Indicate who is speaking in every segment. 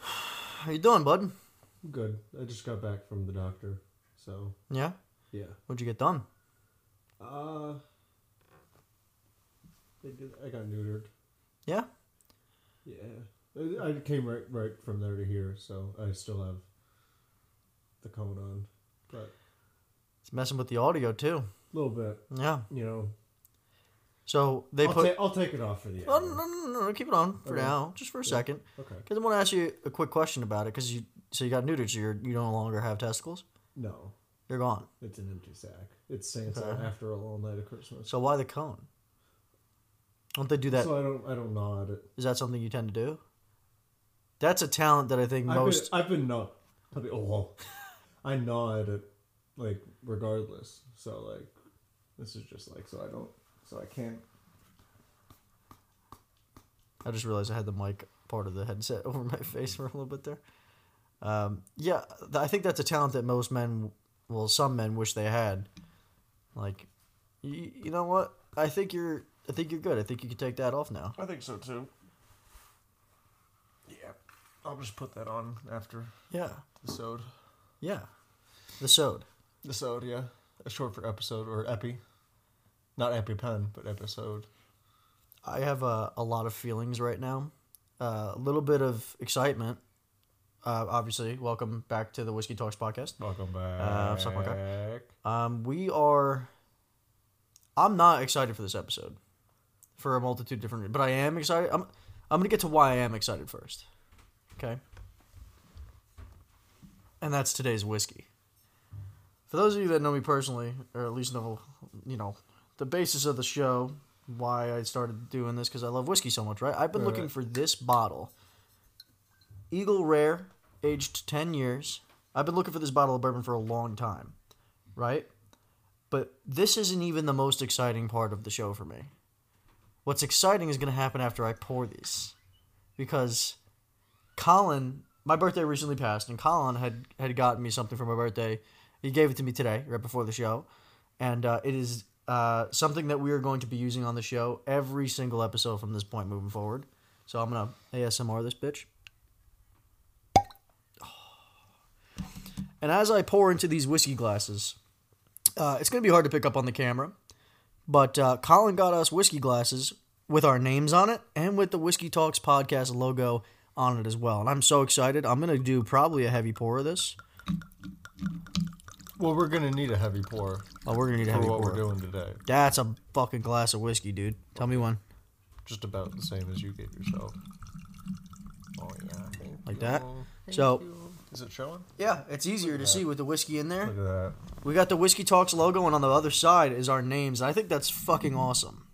Speaker 1: How you doing, bud?
Speaker 2: Good. I just got back from the doctor, so
Speaker 1: Yeah.
Speaker 2: yeah.
Speaker 1: What'd you get done?
Speaker 2: Uh, they did. I got neutered.
Speaker 1: Yeah.
Speaker 2: Yeah, I- I came right right from there to here, so I still have the cone on, but
Speaker 1: It's messing with the audio too.
Speaker 2: a little bit.
Speaker 1: Yeah.
Speaker 2: You know,
Speaker 1: So they
Speaker 2: I'll,
Speaker 1: put.
Speaker 2: ta- I'll take it off for the
Speaker 1: Oh,
Speaker 2: hour.
Speaker 1: no, no, no, no, no, keep it on for
Speaker 2: Okay.
Speaker 1: now, just for a
Speaker 2: Yeah.
Speaker 1: second,
Speaker 2: Okay.
Speaker 1: because I want to ask you a quick question about it. Because you, so you got neutered, so you're, you no longer have testicles.
Speaker 2: No,
Speaker 1: You're gone.
Speaker 2: it's an empty sack. It's Saints
Speaker 1: Okay.
Speaker 2: after a long night of Christmas.
Speaker 1: So why the cone? Don't they do that? Is
Speaker 2: so I don't I don't gnaw at it.
Speaker 1: that something you tend to do? That's a talent that I think most.
Speaker 2: I've been, I've been gnaw. I've been, oh, I gnaw at it like regardless. So like, this is just like so I don't so I can't.
Speaker 1: I just realized I had the mic part of the headset over my face for a little bit there. Um, yeah, th- I think that's a talent that most men, well, some men wish they had. Like, you, you know what? I think you're, I think you're good. I think you can take that off now.
Speaker 2: I think so too. Yeah, I'll just put that on after
Speaker 1: Yeah,
Speaker 2: the sode.
Speaker 1: yeah. The sode.
Speaker 2: The sode, yeah, a short for episode or epi, not epipen, but episode.
Speaker 1: I have a, a lot of feelings right now. Uh, a little bit of excitement. Uh, obviously, welcome back to the Whiskey Talks podcast.
Speaker 2: Welcome back.
Speaker 1: Uh, suck my cock. Um, we are. I'm not excited for this episode, for a multitude of different. But I am excited. I'm. I'm gonna get to why I am excited first. Okay. And that's today's whiskey. For those of you that know me personally, or at least know, you know, the basis of the show, why I started doing this, because I love whiskey so much, right? I've been
Speaker 2: Right,
Speaker 1: looking
Speaker 2: right.
Speaker 1: for this bottle, Eagle Rare, aged ten years. I've been looking for this bottle of bourbon for a long time, right? But this isn't even the most exciting part of the show for me. What's exciting is going to happen after I pour these, because Colin, my birthday recently passed, and Colin had had gotten me something for my birthday. He gave it to me today, right before the show, and uh, it is uh, something that we are going to be using on the show every single episode from this point moving forward. So I'm gonna ASMR this bitch. And as I pour into these whiskey glasses, uh, it's gonna be hard to pick up on the camera, but uh, Colin got us whiskey glasses with our names on it and with the Whiskey Talks podcast logo on it as well. And I'm so excited. I'm gonna do probably a heavy pour of this.
Speaker 2: Well, we're gonna need a heavy pour
Speaker 1: Oh, we're gonna need a
Speaker 2: for
Speaker 1: heavy
Speaker 2: what
Speaker 1: pour.
Speaker 2: we're doing today.
Speaker 1: That's a fucking glass of whiskey, dude. Tell me one.
Speaker 2: Just about the same as you gave yourself. Oh yeah, thank
Speaker 1: Like that?
Speaker 2: you.
Speaker 1: So-
Speaker 2: you. Eh. is it showing?
Speaker 1: Yeah, it's easier to see with the whiskey in
Speaker 2: Look
Speaker 1: there.
Speaker 2: at that.
Speaker 1: We got the Whiskey Talks logo, and on the other side is our names. And I think that's fucking awesome.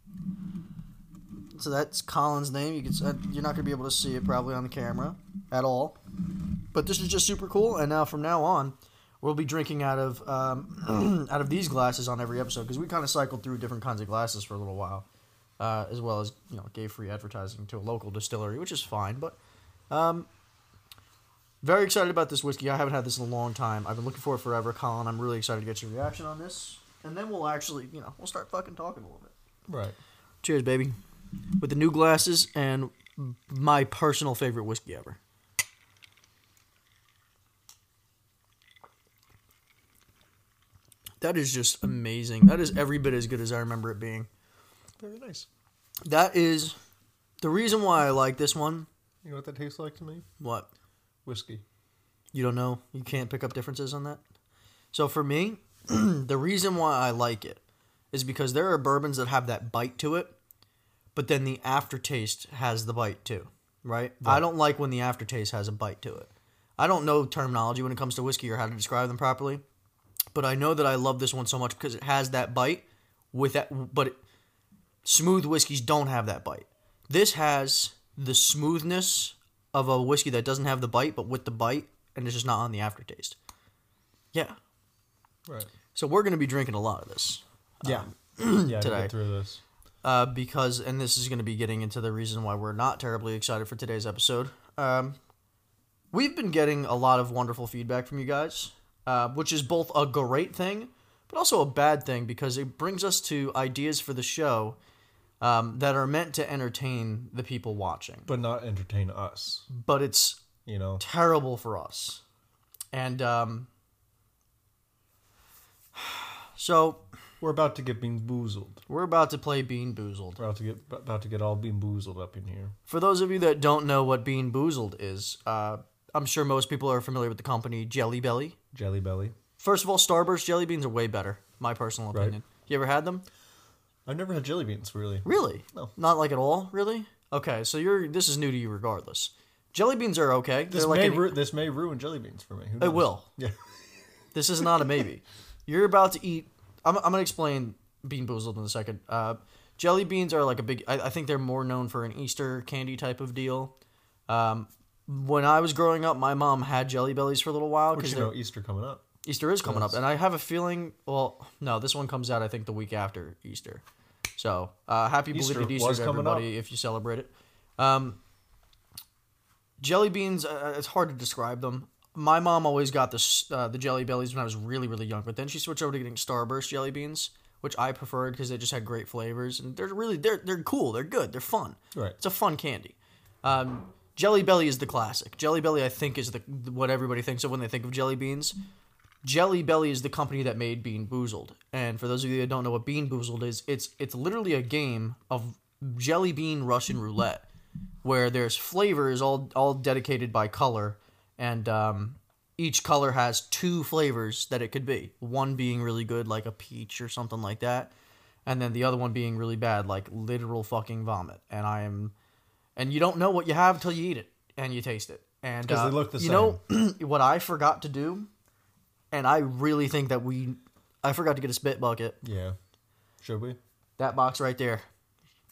Speaker 1: So that's Colin's name. You can s- uh, you're not gonna be able to see it probably on the camera at all, but this is just super cool. And now from now on, we'll be drinking out of um, out of these glasses on every episode because we kind of cycled through different kinds of glasses for a little while, uh, as well as you know gave free advertising to a local distillery, which is fine. But um, very excited about this whiskey. I haven't had this in a long time. I've been looking for it forever, Colin. I'm really excited to get your reaction on this, and then we'll actually, you know, we'll start fucking talking a little bit.
Speaker 2: Right.
Speaker 1: Cheers, baby. With the new glasses and my personal favorite whiskey ever. That is just amazing. That is every bit as good as I remember it being.
Speaker 2: Very nice.
Speaker 1: That is the reason why I like this one.
Speaker 2: You know what that tastes like to me?
Speaker 1: What?
Speaker 2: Whiskey.
Speaker 1: You don't know? You can't pick up differences on that? So for me, the reason why I like it is because there are bourbons that have that bite to it, but then the aftertaste has the bite too, right? I don't like when the aftertaste has a bite to it. I don't know terminology when it comes to whiskey or how to describe them properly, but I know that I love this one so much because it has that bite with that but it, smooth whiskeys don't have that bite. This has the smoothness of a whiskey that doesn't have the bite, but with the bite, and it's just not on the aftertaste. Yeah.
Speaker 2: Right.
Speaker 1: So we're going to be drinking a lot of this.
Speaker 2: Yeah.
Speaker 1: Um,
Speaker 2: yeah.
Speaker 1: today.
Speaker 2: To get through this.
Speaker 1: uh, because, and this is going to be getting into the reason why we're not terribly excited for today's episode. Um, we've been getting a lot of wonderful feedback from you guys, uh, which is both a great thing, but also a bad thing because it brings us to ideas for the show um, that are meant to entertain the people watching.
Speaker 2: but not entertain us.
Speaker 1: But it's
Speaker 2: You know,
Speaker 1: terrible for us. And um, so
Speaker 2: we're about to get bean boozled.
Speaker 1: we're about to play Bean Boozled.
Speaker 2: We're about to get about to get all bean boozled up in here.
Speaker 1: For those of you that don't know what Bean Boozled is, uh, I'm sure most people are familiar with the company Jelly Belly.
Speaker 2: Jelly belly.
Speaker 1: First of all, Starburst jelly beans are way better, my personal
Speaker 2: Right.
Speaker 1: opinion. You ever had them?
Speaker 2: I've never had jelly beans really.
Speaker 1: Really?
Speaker 2: No.
Speaker 1: Not like at all, really? Okay, so you're this is new to you regardless. Jelly beans are okay.
Speaker 2: This
Speaker 1: They're like
Speaker 2: may
Speaker 1: an-
Speaker 2: ru- this may ruin jelly beans for me. Who
Speaker 1: it
Speaker 2: knows?
Speaker 1: will.
Speaker 2: Yeah.
Speaker 1: This is not a maybe. You're about to eat. I'm, I'm gonna explain bean boozled in a second. Uh, jelly beans are like a big. I, I think they're more known for an Easter candy type of deal. Um, when I was growing up, my mom had jelly bellies for a little while
Speaker 2: But
Speaker 1: because
Speaker 2: you know, Easter coming up.
Speaker 1: Easter is coming up, and I have a feeling. Well, no, this one comes out I think the week after Easter. So uh, happy
Speaker 2: Easter
Speaker 1: belated Easter
Speaker 2: was
Speaker 1: to
Speaker 2: coming up.
Speaker 1: everybody if you celebrate it. Um, jelly beans, uh, it's hard to describe them. My mom always got the s- uh, the jelly bellies when I was really really young, but then she switched over to getting Starburst jelly beans, which I preferred because they just had great flavors and they're really they're they're cool, they're good, they're fun.
Speaker 2: Right.
Speaker 1: It's a fun candy. Um, Jelly Belly is the classic. Jelly Belly, I think, is the what everybody thinks of when they think of jelly beans. Jelly Belly is the company that made Bean Boozled. And for those of you that don't know what Bean Boozled is, it's it's literally a game of jelly bean Russian roulette, where there's flavors all all dedicated by color, and um, each color has two flavors that it could be. One being really good, like a peach or something like that, and then the other one being really bad, like literal fucking vomit. And I am, and you don't know what you have till you eat it and you taste it. And
Speaker 2: 'Cause they
Speaker 1: uh,
Speaker 2: look the
Speaker 1: you know what I forgot to do and I really think that we, I forgot to get a spit bucket.
Speaker 2: Yeah. Should we?
Speaker 1: That box right there,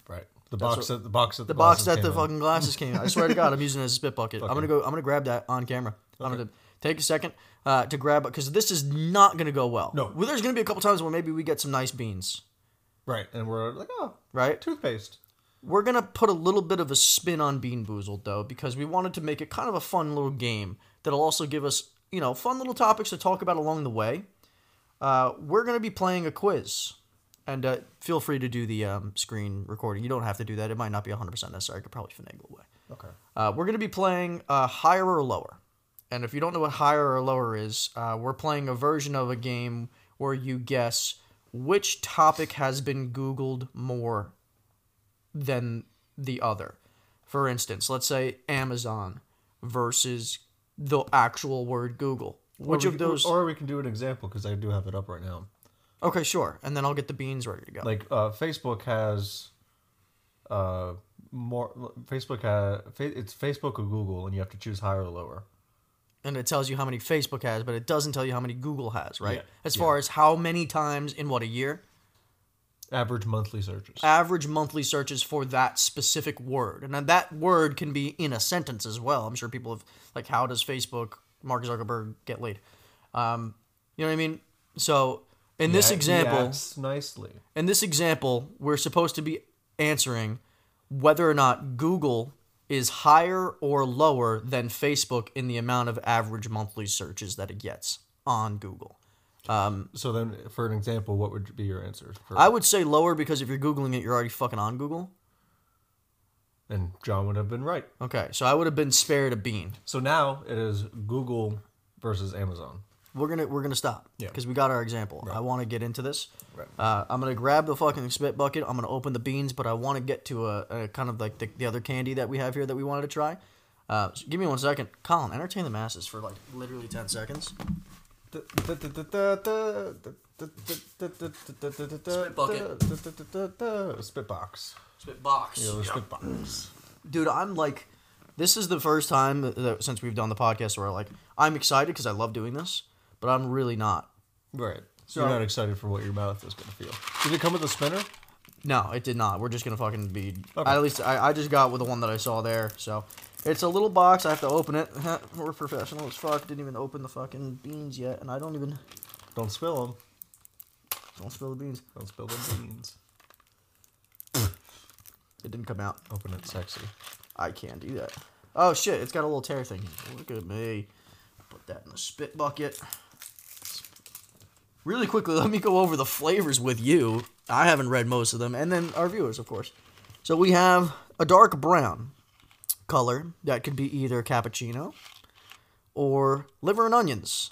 Speaker 2: Right. The box at the box at the,
Speaker 1: the box
Speaker 2: glasses
Speaker 1: that
Speaker 2: came
Speaker 1: the
Speaker 2: in.
Speaker 1: fucking glasses came. in. I swear to God, I'm using it as a spit bucket. I'm gonna go. I'm gonna grab that on camera. I'm gonna take a second uh, to grab it because this is not gonna go well.
Speaker 2: No.
Speaker 1: well, there's gonna be a couple times where maybe we get some nice beans,
Speaker 2: right, and we're like, oh,
Speaker 1: right?
Speaker 2: toothpaste.
Speaker 1: We're gonna put a little bit of a spin on Bean Boozled though, because we wanted to make it kind of a fun little game that'll also give us, you know, fun little topics to talk about along the way. Uh, we're gonna be playing a quiz, and uh, feel free to do the um, screen recording. You don't have to do that; it might not be 100 percent necessary. I could probably finagle away.
Speaker 2: Okay.
Speaker 1: Uh, we're going to be playing uh, higher or lower. And if you don't know what higher or lower is, uh, we're playing a version of a game where you guess which topic has been Googled more than the other. For instance, let's say Amazon versus the actual word Google. Which
Speaker 2: Or
Speaker 1: of
Speaker 2: we-
Speaker 1: those?
Speaker 2: Or we can do an example because I do have it up right now.
Speaker 1: okay, sure. And then I'll get the beans ready to go.
Speaker 2: Like uh, Facebook has, uh, more Facebook has fa- it's Facebook or Google, and you have to choose higher or lower.
Speaker 1: and it tells you how many Facebook has, but it doesn't tell you how many Google has, right?
Speaker 2: Yeah,
Speaker 1: As
Speaker 2: yeah.
Speaker 1: far as how many times in what a year?
Speaker 2: Average monthly searches.
Speaker 1: average monthly searches for that specific word. And then that word can be in a sentence as well. I'm sure people have, like, how does Facebook, Mark Zuckerberg, get laid? Um, you know what I mean? So, in this
Speaker 2: He
Speaker 1: example,
Speaker 2: acts nicely.
Speaker 1: in this example, we're supposed to be answering whether or not Google is higher or lower than Facebook in the amount of average monthly searches that it gets on Google.
Speaker 2: So then, for an example, what would be your answer? For,
Speaker 1: I would say lower because if you're Googling it, you're already fucking on Google.
Speaker 2: and John would have been right.
Speaker 1: Okay, so I would have been spared a bean.
Speaker 2: So now it is Google versus Amazon.
Speaker 1: we're gonna we're gonna stop
Speaker 2: Yeah.
Speaker 1: because we got our example. I want to get into this.
Speaker 2: Right.
Speaker 1: Uh, I'm gonna grab the fucking spit bucket. I'm gonna open the beans, but I want to get to a, a kind of like the, the other candy that we have here that we wanted to try. Uh, so give me one second, Colin. Entertain the masses for like literally ten seconds.
Speaker 2: Spit
Speaker 1: bucket.
Speaker 2: Spit box.
Speaker 1: Spit box,
Speaker 2: Yeah, the spit box.
Speaker 1: dude. I'm like, this is the first time that, that- since we've done the podcast where like I'm excited because I love doing this, but I'm really not.
Speaker 2: Right.
Speaker 1: So-
Speaker 2: You're not excited for what your mouth is going to feel. Did it come with a spinner?
Speaker 1: No, it did not. We're just gonna fucking be.
Speaker 2: Okay.
Speaker 1: At least I, I just got with the one that I saw there. So it's a little box. I have to open it. We're professional as fuck. Didn't even open the fucking beans yet, and I don't even
Speaker 2: Don't spill them.
Speaker 1: don't spill the beans.
Speaker 2: Don't spill the beans.
Speaker 1: It didn't come out.
Speaker 2: Open it sexy.
Speaker 1: I can't do that. Oh shit! It's got a little tear thing. Look at me. Put that in the spit bucket. Really quickly, let me go over the flavors with you. I haven't read most of them, and then our viewers, of course. So we have a dark brown, color that could be either cappuccino or liver and onions.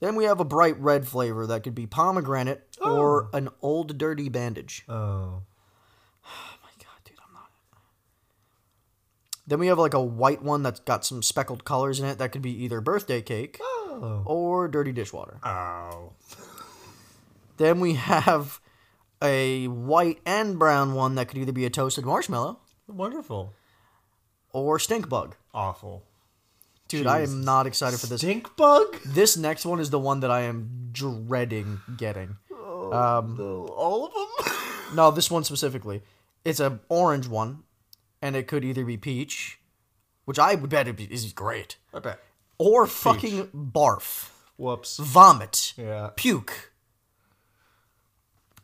Speaker 1: Then we have a bright red flavor that could be pomegranate or an old dirty bandage.
Speaker 2: Oh.
Speaker 1: Oh my god, dude, I'm not. Then we have like a white one that's got some speckled colors in it that could be either birthday cake
Speaker 2: Oh.
Speaker 1: or dirty dishwater.
Speaker 2: Oh.
Speaker 1: Then we have a white and brown one that could either be a toasted marshmallow
Speaker 2: Wonderful.
Speaker 1: or stink bug.
Speaker 2: Awful.
Speaker 1: Dude, I am not excited for this.
Speaker 2: Stink bug?
Speaker 1: This next one is the one that I am dreading getting.
Speaker 2: No, all of them?
Speaker 1: No, this one specifically. It's an orange one, and it could either be peach, which I would bet it be, is great,
Speaker 2: I bet.
Speaker 1: or fucking barf,
Speaker 2: Whoops.
Speaker 1: vomit,
Speaker 2: Yeah.
Speaker 1: puke.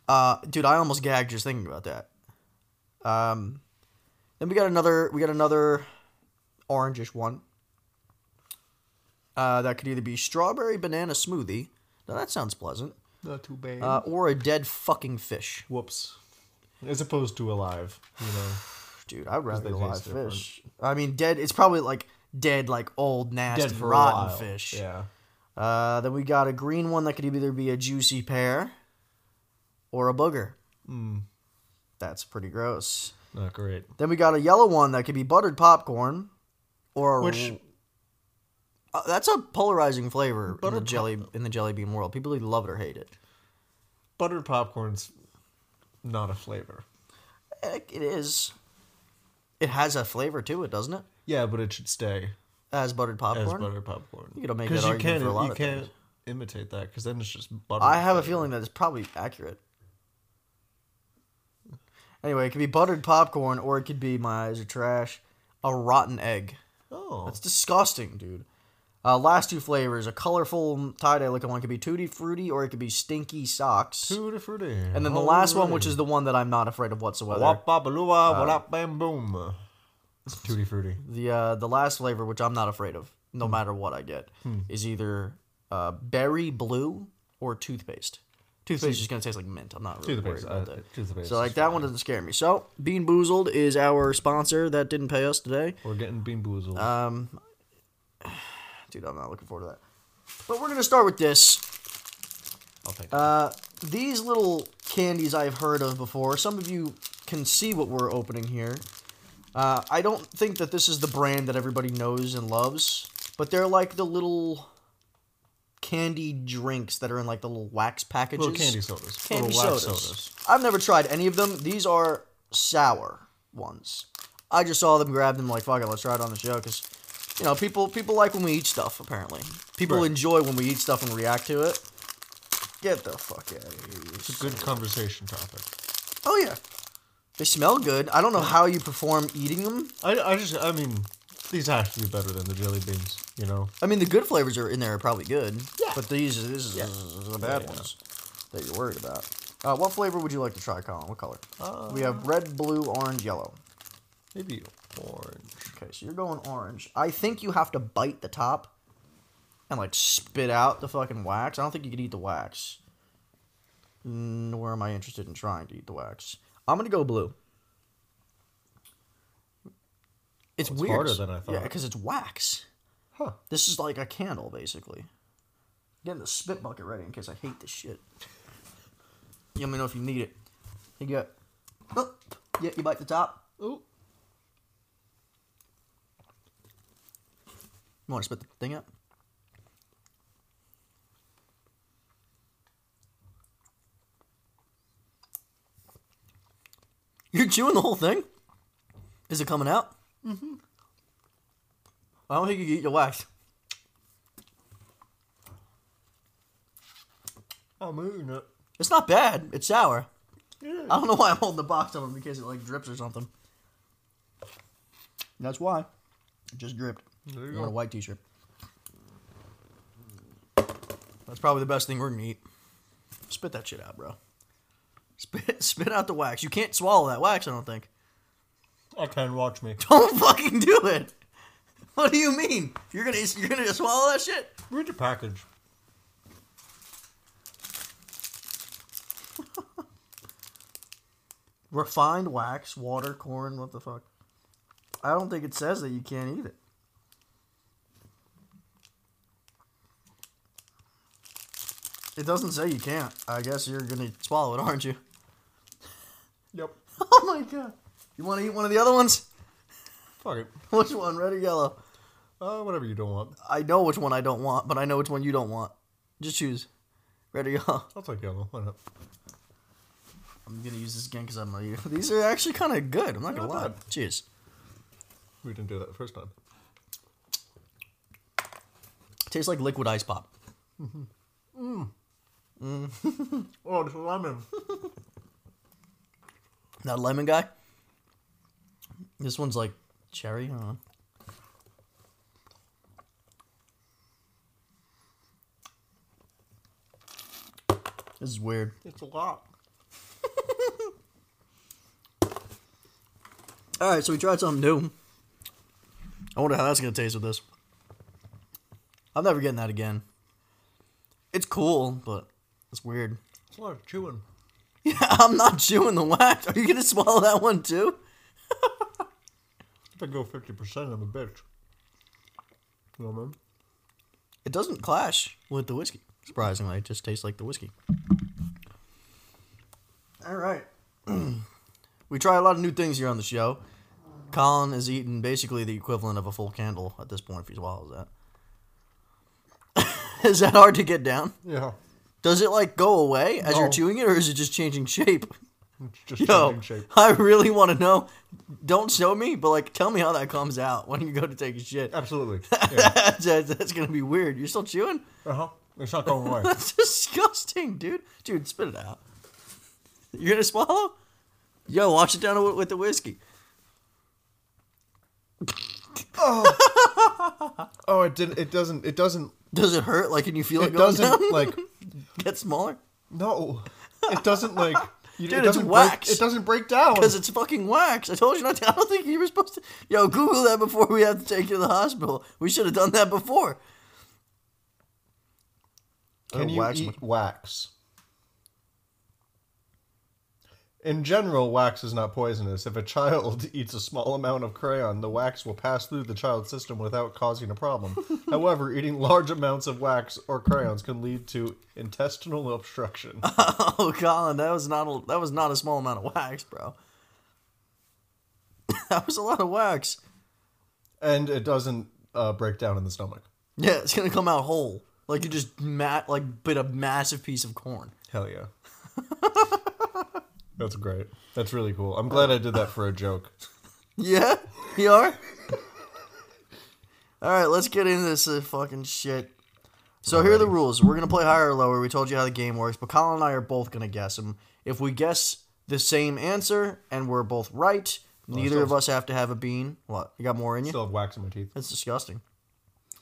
Speaker 1: Uh, dude, I almost gagged just thinking about that. Um, then we got another. We got another orangish one. Uh, that could either be strawberry banana smoothie. Now that sounds pleasant.
Speaker 2: Not too bad.
Speaker 1: Uh, or a dead fucking fish.
Speaker 2: Whoops. As opposed to alive, you know.
Speaker 1: Dude, I'd rather
Speaker 2: they
Speaker 1: eat live
Speaker 2: taste different.
Speaker 1: fish. I mean, dead. It's probably like dead, like old, nasty,
Speaker 2: Dead for a
Speaker 1: rotten
Speaker 2: while.
Speaker 1: fish.
Speaker 2: Yeah.
Speaker 1: Uh, then we got a green one that could either be a juicy pear or a booger.
Speaker 2: Hmm.
Speaker 1: That's pretty gross.
Speaker 2: Not great.
Speaker 1: Then we got a yellow one that could be buttered popcorn or a
Speaker 2: Which-
Speaker 1: Uh, that's a polarizing flavor in the
Speaker 2: Buttered
Speaker 1: jelly in the jelly bean world. People either love it or hate it.
Speaker 2: Buttered popcorn's not a flavor.
Speaker 1: Heck, It is. It has a flavor to it, doesn't it?
Speaker 2: Yeah, but it should stay
Speaker 1: As buttered popcorn.
Speaker 2: as buttered popcorn.
Speaker 1: You could make
Speaker 2: 'Cause
Speaker 1: that
Speaker 2: you
Speaker 1: argument
Speaker 2: can't,
Speaker 1: for a lot
Speaker 2: You
Speaker 1: of
Speaker 2: can't
Speaker 1: things.
Speaker 2: imitate that because then it's just butter.
Speaker 1: I have a feeling that it's probably accurate. Anyway, it could be buttered popcorn or it could be my eyes are trash, a rotten egg.
Speaker 2: Oh.
Speaker 1: That's disgusting, dude. Uh, last two flavors, a colorful tie-dye looking one could be tutti frutti or it could be stinky socks.
Speaker 2: Tutti frutti.
Speaker 1: And then the last one, which is Uh, the one that I'm not afraid of whatsoever.
Speaker 2: Wap babalua, wap bam boom. Tutti frutti.
Speaker 1: The uh, the last flavor, which I'm not afraid of, no
Speaker 2: Hmm.
Speaker 1: matter what I get, is either uh, berry blue or toothpaste. Toothpaste is just gonna taste like mint. I'm not really worried
Speaker 2: Toothpaste,
Speaker 1: about
Speaker 2: uh,
Speaker 1: that.
Speaker 2: toothpaste
Speaker 1: so like
Speaker 2: is
Speaker 1: that
Speaker 2: fine.
Speaker 1: one doesn't scare me. So Bean Boozled is our sponsor that didn't pay us today.
Speaker 2: We're getting bean boozled.
Speaker 1: uh, Dude, I'm not looking forward to that. But we're gonna start with this.
Speaker 2: I'll take
Speaker 1: Uh, these little candies I've heard of before. Some of you can see what we're opening here. Uh, I don't think that this is the brand that everybody knows and loves, but they're like the little candy drinks that are in like the little wax packages.
Speaker 2: little candy sodas.
Speaker 1: Candy
Speaker 2: little wax
Speaker 1: sodas. I've never tried any of them. These are sour ones. I just saw them, grabbed them, like fuck it, let's try it on the show because you know people people like when we eat stuff. Apparently, people
Speaker 2: Right.
Speaker 1: enjoy when we eat stuff and react to it. Get the fuck out of here.
Speaker 2: It's a good conversation topic.
Speaker 1: Oh yeah, they smell good. I don't know how you perform eating them.
Speaker 2: I, I just, I mean, these have to be better than the jelly beans, you know?
Speaker 1: I mean, the good flavors are in there are probably good.
Speaker 2: Yeah.
Speaker 1: But these this is the bad
Speaker 2: Yeah.
Speaker 1: ones that you're worried about. Uh, what flavor would you like to try, Colin? What color? we
Speaker 2: Uh,
Speaker 1: have red, blue, orange, yellow.
Speaker 2: Maybe orange.
Speaker 1: Okay, so you're going orange. I think you have to bite the top and like spit out the fucking wax. I don't think you could eat the wax. Nor am I interested in trying to eat the wax. I'm gonna go blue. It's,
Speaker 2: it's
Speaker 1: weird.
Speaker 2: harder than I
Speaker 1: Yeah,
Speaker 2: thought.
Speaker 1: because it's wax.
Speaker 2: Huh.
Speaker 1: This is like a candle, basically. Getting the spit bucket ready in case I hate this shit. You let me know if you need it. You got. Oh, yeah, you bite the top.
Speaker 2: Ooh.
Speaker 1: You want to spit the thing out? You're chewing the whole thing? Is it coming out? Mm-hmm. I don't think you can eat your wax.
Speaker 2: I'm eating it.
Speaker 1: It's not bad. It's sour.
Speaker 2: Yeah.
Speaker 1: I don't know why I'm holding the box open in case it like drips or something. That's why. It just dripped.
Speaker 2: There you
Speaker 1: I'm on a
Speaker 2: go.
Speaker 1: white t-shirt. That's probably the best thing we're gonna eat. Spit that shit out, bro. Spit spit out the wax. You can't swallow that wax, I don't think.
Speaker 2: I can watch me.
Speaker 1: Don't fucking do it. What do you mean? You're gonna you're gonna swallow that shit?
Speaker 2: Read the package.
Speaker 1: Refined wax, water, corn, what the fuck? I don't think it says that you can't eat it. It doesn't say you can't. I guess you're gonna swallow it, aren't you?
Speaker 2: Yep.
Speaker 1: Oh my god! You want to eat one of the other ones?
Speaker 2: Fuck it.
Speaker 1: Which one, red or yellow?
Speaker 2: Uh, whatever you don't want.
Speaker 1: I know which one I don't want, but I know which one you don't want. Just choose, red or yellow.
Speaker 2: I'll take yellow. Why not?
Speaker 1: I'm gonna use this again because I'm gonna eat. it. These are actually kind of good. I'm not gonna
Speaker 2: Not
Speaker 1: lie.
Speaker 2: bad.
Speaker 1: Cheers.
Speaker 2: We didn't do that the first time.
Speaker 1: Tastes like liquid ice pop.
Speaker 2: Oh, it's lemon.
Speaker 1: That lemon guy. This one's like cherry. I don't know. This is weird.
Speaker 2: it's a lot.
Speaker 1: All right, so we tried something new. I wonder how that's gonna taste with this. I'm never getting that again. It's cool, but it's weird.
Speaker 2: It's a lot of chewing.
Speaker 1: Yeah, I'm not chewing the wax. Are you gonna swallow that one too?
Speaker 2: If I go 50%, I'm a bitch. You know what I mean?
Speaker 1: It doesn't clash with the whiskey. Surprisingly, it just tastes like the whiskey. All right. we try a lot of new things here on the show. Colin is eating basically the equivalent of a full candle at this point if he swallows that. is that hard to get down?
Speaker 2: Yeah.
Speaker 1: Does it like go away as you're
Speaker 2: No.
Speaker 1: chewing it, or is it just changing shape?
Speaker 2: It's just
Speaker 1: Yo,
Speaker 2: changing shape.
Speaker 1: I really want to know. Don't show me, but like, tell me how that comes out when you go to take a shit.
Speaker 2: Absolutely. Yeah.
Speaker 1: that's, that's gonna be weird. You're still chewing?
Speaker 2: uh huh. It's not going away.
Speaker 1: That's disgusting, dude. Dude, spit it out. You're gonna swallow? Yo, wash it down wi- with the whiskey.
Speaker 2: Oh, it didn't. It doesn't. It doesn't.
Speaker 1: Does it hurt? Like, can you feel it,
Speaker 2: It
Speaker 1: going
Speaker 2: doesn't
Speaker 1: down?
Speaker 2: like.
Speaker 1: get smaller?
Speaker 2: No. It doesn't like. You,
Speaker 1: Dude,
Speaker 2: it
Speaker 1: it's
Speaker 2: doesn't
Speaker 1: wax.
Speaker 2: Break, it doesn't break down.
Speaker 1: Because it's fucking wax. I told you not to. I don't think you were supposed to. Yo, Google that before we have to take you to the hospital. We should have done that before.
Speaker 2: Can
Speaker 1: Oh,
Speaker 2: you
Speaker 1: wax
Speaker 2: eat
Speaker 1: much-
Speaker 2: wax? In general, wax is not poisonous. If a child eats a small amount of crayon, the wax will pass through the child's system without causing a problem. However, eating large amounts of wax or crayons can lead to intestinal obstruction.
Speaker 1: Oh, Colin, that was not a, that was not a small amount of wax, bro. that was a lot of wax.
Speaker 2: and it doesn't uh, break down in the stomach.
Speaker 1: Yeah, it's gonna come out whole, like you just mat like bit a massive piece of corn.
Speaker 2: Hell yeah. That's great. That's really cool. I'm glad I did that for a joke.
Speaker 1: Yeah, you are. All right, let's get into this uh, fucking shit. So here are the rules. We're gonna play higher or lower. We told you how the game works, but Colin and I are both gonna guess them. If we guess the same answer and we're both right, neither of us have to have a bean. What? You got more in you?
Speaker 2: Still have wax in my teeth.
Speaker 1: That's disgusting.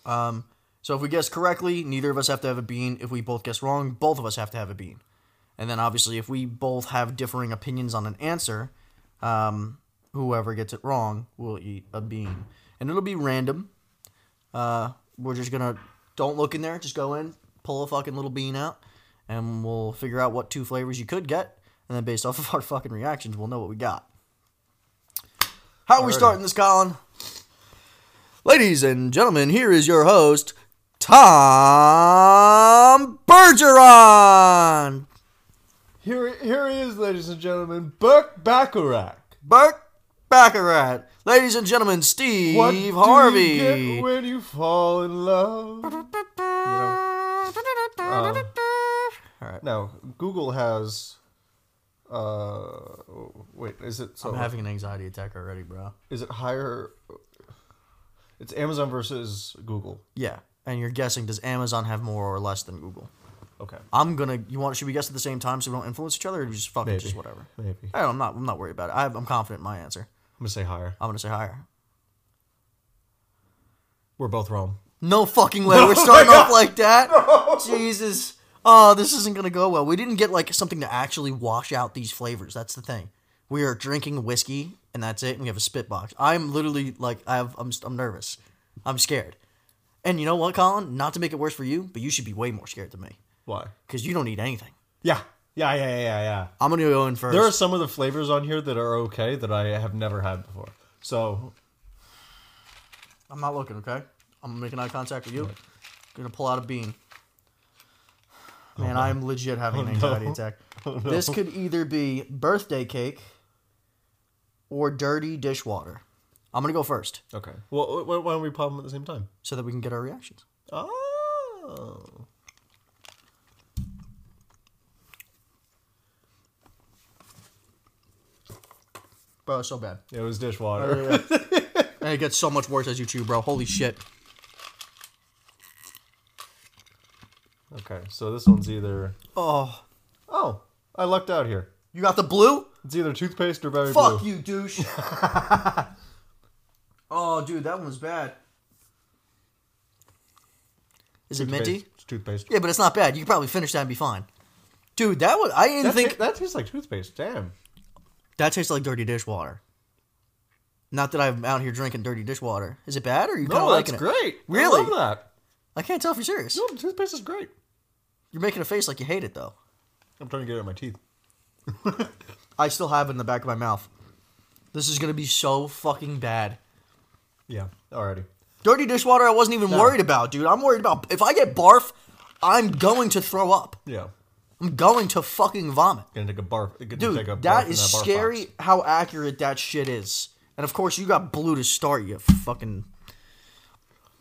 Speaker 1: Um, so if we guess correctly, neither of us have to have a bean. If we both guess wrong, both of us have to have a bean. And then obviously, if we both have differing opinions on an answer, um, whoever gets it wrong will eat a bean, and it'll be random. Uh, we're just gonna don't look in there. Just go in, pull a fucking little bean out, and we'll figure out what two flavors you could get, and then based off of our fucking reactions, we'll know what we got. How are we
Speaker 2: Alrighty.
Speaker 1: starting this, Colin? Ladies and gentlemen, here is your host, Tom Bergeron.
Speaker 2: Here, here he is, ladies and gentlemen, Burke Bacharach.
Speaker 1: Burke Baccarat. Ladies and gentlemen, Steve
Speaker 2: What do
Speaker 1: Harvey.
Speaker 2: you get when you fall in love? Uh,
Speaker 1: All right.
Speaker 2: now, Google has. Uh, wait, is it so?
Speaker 1: I'm having an anxiety attack already, bro.
Speaker 2: is it higher? It's Amazon versus Google.
Speaker 1: Yeah. And you're guessing, does Amazon have more or less than Google?
Speaker 2: Okay,
Speaker 1: I'm gonna. You want? Should we guess at the same time so we don't influence each other, or just fucking
Speaker 2: maybe
Speaker 1: just whatever?
Speaker 2: Maybe I'm
Speaker 1: I don't, I'm not. I'm not worried about it. I have, I'm confident in my answer.
Speaker 2: gonna say higher.
Speaker 1: I'm gonna say higher.
Speaker 2: We're both wrong.
Speaker 1: No fucking way. We're starting off like that. Jesus. Oh, this isn't gonna go well. We didn't get like something to actually wash out these flavors. That's the thing. We are drinking whiskey and that's it. And we have a spit box. I'm literally like I have. I'm I'm nervous. I'm scared. And you know what, Colin? Not to make it worse for you, but you should be way more scared than me
Speaker 2: Why?
Speaker 1: because you don't eat anything.
Speaker 2: Yeah, yeah, yeah, yeah, yeah, yeah.
Speaker 1: I'm gonna go in first.
Speaker 2: There are some of the flavors on here that are okay that I have never had before. So
Speaker 1: I'm not looking, okay? I'm making eye contact with you. Gonna pull out a bean. Man, I'm legit having an
Speaker 2: Oh,
Speaker 1: anxiety
Speaker 2: no.
Speaker 1: attack.
Speaker 2: Oh, no.
Speaker 1: This could either be birthday cake or dirty dishwater. I'm gonna go first
Speaker 2: Okay. Well, why why don't we pop them at the same time?
Speaker 1: so that we can get our reactions.
Speaker 2: Oh.
Speaker 1: Bro, it's so bad.
Speaker 2: It was
Speaker 1: Oh,
Speaker 2: dishwater.
Speaker 1: And it gets so much worse as you chew, bro. Holy shit.
Speaker 2: okay, so this one's either.
Speaker 1: Oh,
Speaker 2: Oh, I lucked out here.
Speaker 1: you got the blue?
Speaker 2: It's either toothpaste or berry
Speaker 1: Fuck
Speaker 2: blue.
Speaker 1: you, douche. oh, dude, that one's bad. Is it minty?
Speaker 2: Toothpaste. It's toothpaste.
Speaker 1: Yeah, but it's not bad. You could probably finish that and be fine. Dude, that was I didn't
Speaker 2: That,
Speaker 1: think
Speaker 2: ta- that tastes like toothpaste. Damn.
Speaker 1: that tastes like dirty dishwater. Not that I'm out here drinking dirty dishwater. Is it bad or are you kind of
Speaker 2: No, that's
Speaker 1: liking it?
Speaker 2: great.
Speaker 1: Really?
Speaker 2: I love that.
Speaker 1: I can't tell if you're serious.
Speaker 2: No, toothpaste is great.
Speaker 1: You're making a face like you hate it though.
Speaker 2: I'm trying to get it out of my teeth.
Speaker 1: I still have it in the back of my mouth. This is gonna be so fucking bad.
Speaker 2: Yeah, already.
Speaker 1: Dirty dishwater, I wasn't even
Speaker 2: No.
Speaker 1: worried about, dude. I'm worried about if I get barf, I'm going to throw up.
Speaker 2: Yeah.
Speaker 1: I'm going to fucking vomit.
Speaker 2: Gonna take a barf. Gonna
Speaker 1: Dude,
Speaker 2: take a barf
Speaker 1: that
Speaker 2: in
Speaker 1: is
Speaker 2: that barf
Speaker 1: scary
Speaker 2: box.
Speaker 1: how accurate that shit is. And of course, you got blue to start, you fucking.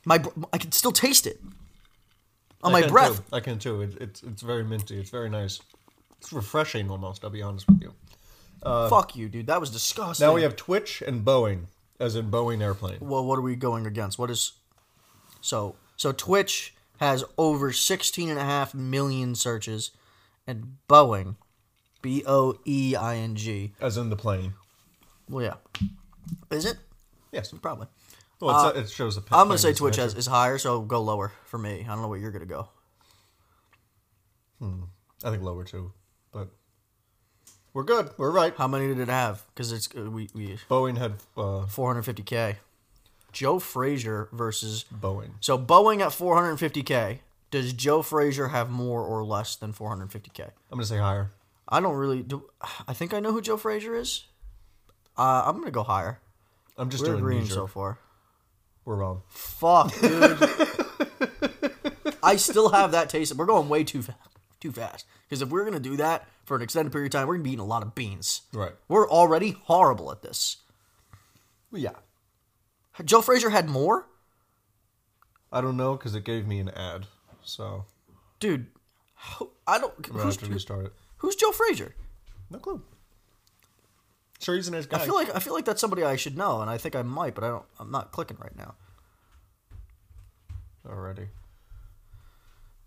Speaker 1: My, br- I can still taste it on
Speaker 2: I
Speaker 1: my
Speaker 2: can
Speaker 1: breath.
Speaker 2: Too. I can too. It, it's it's very minty. It's very nice. It's refreshing almost. I'll be honest with you.
Speaker 1: Fuck you, dude. That was disgusting.
Speaker 2: uh, Now we have Twitch and Boeing, as in Boeing airplane.
Speaker 1: Well, what are we going against? What is. So, so Twitch has over 16.5 million searches, and Boeing, B O E I N G.
Speaker 2: As in the plane.
Speaker 1: Well, yeah. Is it?
Speaker 2: Yes.
Speaker 1: Probably.
Speaker 2: Well, it's, it shows a
Speaker 1: Uh, I'm gonna say Twitch has, is higher, so go lower for me. I don't know where you're gonna go.
Speaker 2: I think lower too, but we're good. We're right.
Speaker 1: How many did it have? Because it's uh, we we
Speaker 2: Boeing had uh,
Speaker 1: 450k. Joe Frazier versus
Speaker 2: Boeing.
Speaker 1: so Boeing at 450k. Does Joe Frazier have more or less than 450k?
Speaker 2: I'm gonna say higher.
Speaker 1: I don't really do. I think I know who Joe Frazier is. Uh, I'm gonna go higher.
Speaker 2: I'm just
Speaker 1: We're
Speaker 2: doing
Speaker 1: agreeing
Speaker 2: knee-jerk.
Speaker 1: so far.
Speaker 2: We're wrong.
Speaker 1: Fuck, dude. I still have that taste. We're going way too fast. Too fast. Because if we're gonna do that for an extended period of time, we're gonna be eating a lot of beans.
Speaker 2: Right.
Speaker 1: We're already horrible at this.
Speaker 2: Yeah.
Speaker 1: Joe Frazier had more,
Speaker 2: I don't know because it gave me an ad, so
Speaker 1: dude. who- I don't.
Speaker 2: we're
Speaker 1: Who's,
Speaker 2: gonna have to restart it.
Speaker 1: who's Joe Frazier?
Speaker 2: No clue. Sure, he's a nice guy.
Speaker 1: I feel like I feel like that's somebody I should know, and I think I might, but I don't. I'm not clicking right now.
Speaker 2: already.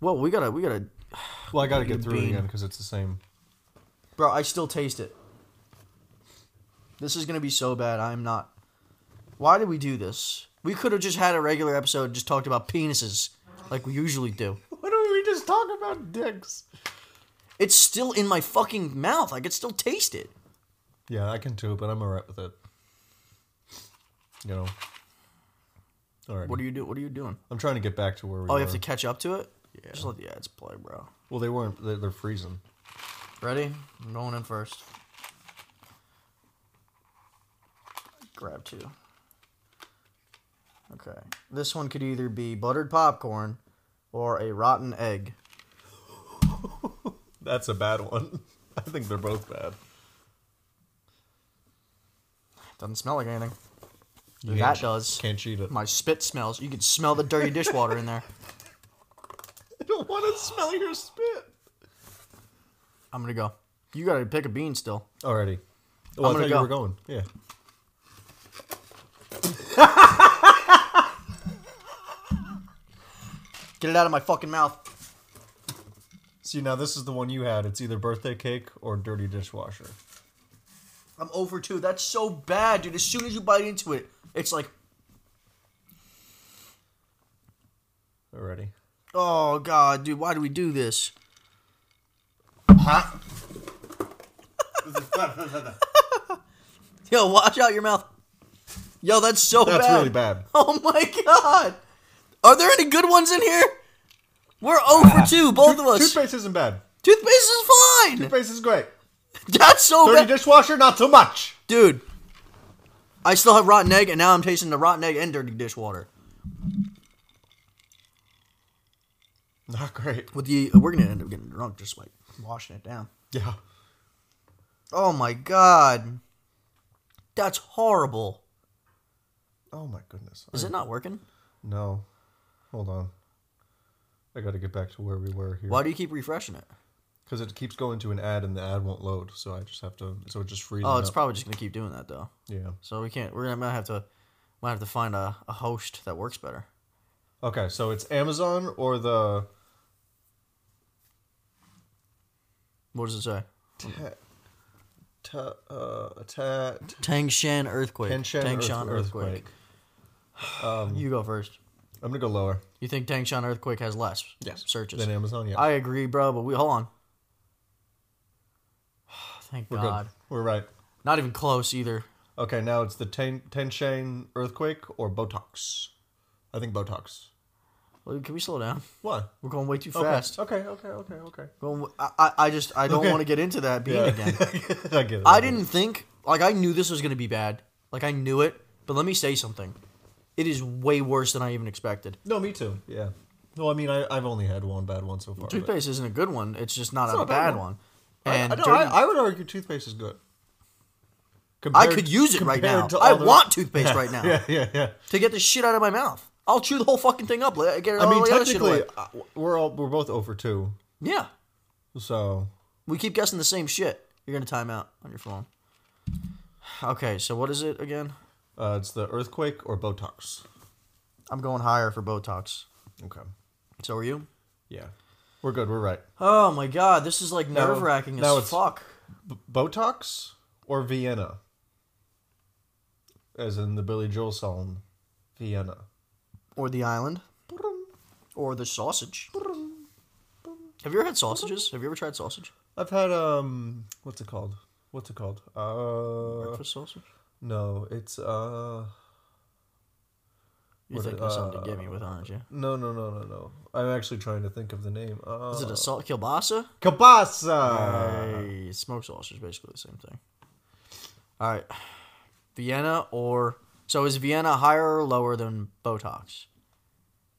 Speaker 1: Well, we gotta, we gotta,
Speaker 2: Well, I gotta get through it
Speaker 1: bean.
Speaker 2: again because it's the same.
Speaker 1: bro. I still taste it. This is gonna be so bad. I'm not. Why did we do this? We could have just had a regular episode, and just talked about penises, like we usually do.
Speaker 2: Why don't we just talk about dicks?
Speaker 1: It's still in my fucking mouth. I could still taste it.
Speaker 2: Yeah, I can too, but I'm alright with it. You know. Alright.
Speaker 1: What are you do? What are you doing?
Speaker 2: I'm trying to get back to where we
Speaker 1: Oh,
Speaker 2: were.
Speaker 1: you have to catch up to it. Yeah. Just let the ads play, bro.
Speaker 2: Well, they weren't. They're, they're freezing.
Speaker 1: Ready? I'm going in first. Grab two. Okay. This one could either be buttered popcorn or a rotten egg.
Speaker 2: That's a bad one. I think they're both bad.
Speaker 1: Doesn't smell like anything.
Speaker 2: You
Speaker 1: that
Speaker 2: can't-
Speaker 1: does.
Speaker 2: Can't cheat it.
Speaker 1: My spit smells. You can smell the dirty dishwater in there.
Speaker 2: I don't want to smell your spit.
Speaker 1: I'm gonna go. You gotta pick a bean still.
Speaker 2: Alrighty. Oh, i
Speaker 1: I'm gonna
Speaker 2: thought
Speaker 1: go.
Speaker 2: you were going. Yeah.
Speaker 1: Get it out of my fucking mouth.
Speaker 2: See, now this is the one you had. It's either birthday cake or dirty dishwasher.
Speaker 1: I'm over two. That's so bad, dude. As soon as you bite into it, it's like,
Speaker 2: Already.
Speaker 1: oh god, dude, why do we do this?
Speaker 2: Huh?
Speaker 1: Yo, watch out your mouth. Yo, that's so
Speaker 2: That's
Speaker 1: bad.
Speaker 2: really bad.
Speaker 1: Oh my god. Are there any good ones in here? We're 0 for 2, both of us.
Speaker 2: Toothpaste isn't bad.
Speaker 1: Toothpaste is fine.
Speaker 2: Toothpaste is great.
Speaker 1: That's so
Speaker 2: Dirty
Speaker 1: bad.
Speaker 2: dishwasher, not so much.
Speaker 1: Dude, I still have rotten egg, and now I'm tasting the rotten egg and dirty dishwater.
Speaker 2: Not great.
Speaker 1: With the we're gonna end up getting drunk just like washing it down.
Speaker 2: Yeah.
Speaker 1: Oh my god, that's horrible.
Speaker 2: Oh my goodness.
Speaker 1: Is
Speaker 2: I-
Speaker 1: it not working?
Speaker 2: No. Hold on. I got to get back to where we were here
Speaker 1: Why do you keep refreshing it?
Speaker 2: because it keeps going to an ad and the ad won't load, so I just have to. So it just freezes.
Speaker 1: Oh, it's
Speaker 2: up.
Speaker 1: probably just gonna keep doing that though.
Speaker 2: yeah.
Speaker 1: So we can't. We're gonna might have to might have to find a, a host that works better.
Speaker 2: Okay, so it's Amazon or the
Speaker 1: What does it say?
Speaker 2: ta, ta, uh, ta,
Speaker 1: Tangshan earthquake.
Speaker 2: Tangshan
Speaker 1: Tangshan
Speaker 2: earth- earthquake. Um,
Speaker 1: You go first.
Speaker 2: I'm gonna go lower
Speaker 1: You think Tangshan earthquake has less?
Speaker 2: Yes.
Speaker 1: Searches.
Speaker 2: than Amazon. Yeah,
Speaker 1: I agree, bro. But we hold on. Thank
Speaker 2: we're
Speaker 1: God.
Speaker 2: good. We're right.
Speaker 1: Not even close either.
Speaker 2: Okay, now it's the Ten Tenchain earthquake or Botox. I think Botox.
Speaker 1: Well, Can we slow down?
Speaker 2: Why?
Speaker 1: We're going way too
Speaker 2: Okay.
Speaker 1: fast.
Speaker 2: Okay, okay, okay, okay.
Speaker 1: Going, I, I- I just I don't
Speaker 2: Okay.
Speaker 1: want to get into that beat
Speaker 2: Yeah.
Speaker 1: again.
Speaker 2: I get it.
Speaker 1: I
Speaker 2: get it.
Speaker 1: didn't think like I knew this was gonna be bad. Like I knew it. But let me say something. It is way worse than I even expected.
Speaker 2: No, me too. Yeah. Well, I mean, I, I've only had one bad one so far. but-
Speaker 1: Toothpaste isn't a good one. It's just not, a,
Speaker 2: not a
Speaker 1: bad,
Speaker 2: bad
Speaker 1: one.
Speaker 2: I-
Speaker 1: And
Speaker 2: I, no,
Speaker 1: dirty-
Speaker 2: I,
Speaker 1: I,
Speaker 2: I would argue toothpaste is good. Compared-
Speaker 1: could use it right now.
Speaker 2: compared to
Speaker 1: I
Speaker 2: other-
Speaker 1: want toothpaste right now
Speaker 2: Yeah, yeah, yeah.
Speaker 1: to get the shit out of my mouth. I'll chew the whole fucking thing up. let- Get all
Speaker 2: I mean,
Speaker 1: the other Oh, shit away.
Speaker 2: technically, uh, we're all we're both over two,
Speaker 1: Yeah,
Speaker 2: so
Speaker 1: we keep guessing the same shit. You're gonna time out on your phone. Okay, so what is it again?
Speaker 2: uh, it's the earthquake or Botox.
Speaker 1: I'm going higher for Botox.
Speaker 2: Okay,
Speaker 1: So are you?
Speaker 2: yeah, we're good. We're right.
Speaker 1: Oh my god, this is like
Speaker 2: No,
Speaker 1: nerve wracking as
Speaker 2: no, it's-
Speaker 1: fuck.
Speaker 2: B- Botox or Vienna, as in the Billy Joel song, Vienna.
Speaker 1: Or the island. Or the sausage. Have you ever had sausages? Have you ever tried sausage?
Speaker 2: I've had um, what's it called? What's it called? Uh,
Speaker 1: Breakfast sausage?
Speaker 2: no, it's uh.
Speaker 1: You're
Speaker 2: what
Speaker 1: thinking
Speaker 2: it-
Speaker 1: of something
Speaker 2: uh,
Speaker 1: to get me with, aren't you?
Speaker 2: No, no, no, no, no. I'm actually trying to think of the name. Uh,
Speaker 1: Is it a salt kielbasa?
Speaker 2: kielbasa?
Speaker 1: Hey, smoked sausage, basically the same thing. All right, Vienna or so is Vienna higher or lower than Botox?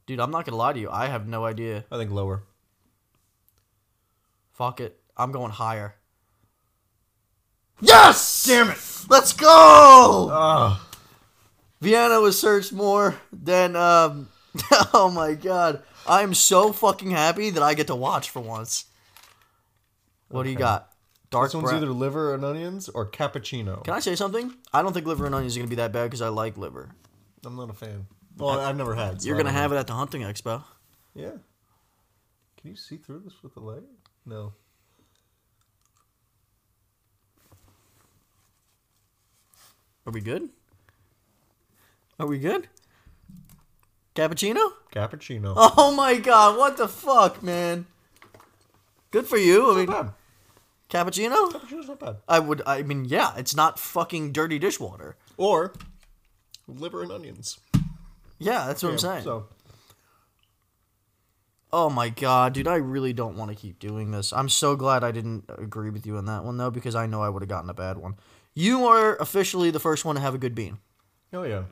Speaker 1: Dude, I'm not gonna lie to you. I have no idea.
Speaker 2: I think lower.
Speaker 1: Fuck it, I'm going higher.
Speaker 2: Yes! Damn it!
Speaker 1: Let's go.
Speaker 2: Ah,
Speaker 1: Vienna was searched more than um. oh my god, I'm so fucking happy that I get to watch for once. What do you got? Dark
Speaker 2: this one's
Speaker 1: brown-
Speaker 2: either liver and onions or cappuccino.
Speaker 1: Can I say something? I don't think liver and onions is gonna be that bad because I like liver.
Speaker 2: I'm not a fan. Well, I've never had. so
Speaker 1: You're
Speaker 2: I
Speaker 1: gonna
Speaker 2: don't
Speaker 1: have it at the hunting expo.
Speaker 2: know. Yeah. Can you see through this with the light? No.
Speaker 1: Are we good? Are we good? Cappuccino?
Speaker 2: Cappuccino.
Speaker 1: Oh my god, what the fuck, man? Good for you. I mean,
Speaker 2: Not
Speaker 1: cappuccino?
Speaker 2: bad. Cappuccino's not bad.
Speaker 1: I would I mean, yeah, it's not fucking dirty dishwater.
Speaker 2: Or liver and onions.
Speaker 1: Yeah, that's what I'm
Speaker 2: Yeah,
Speaker 1: saying.
Speaker 2: So
Speaker 1: Oh my god, dude, I really don't want to keep doing this. I'm so glad I didn't agree with you on that one though because I know I would have gotten a bad one. You are officially the first one to have a good bean.
Speaker 2: oh yeah.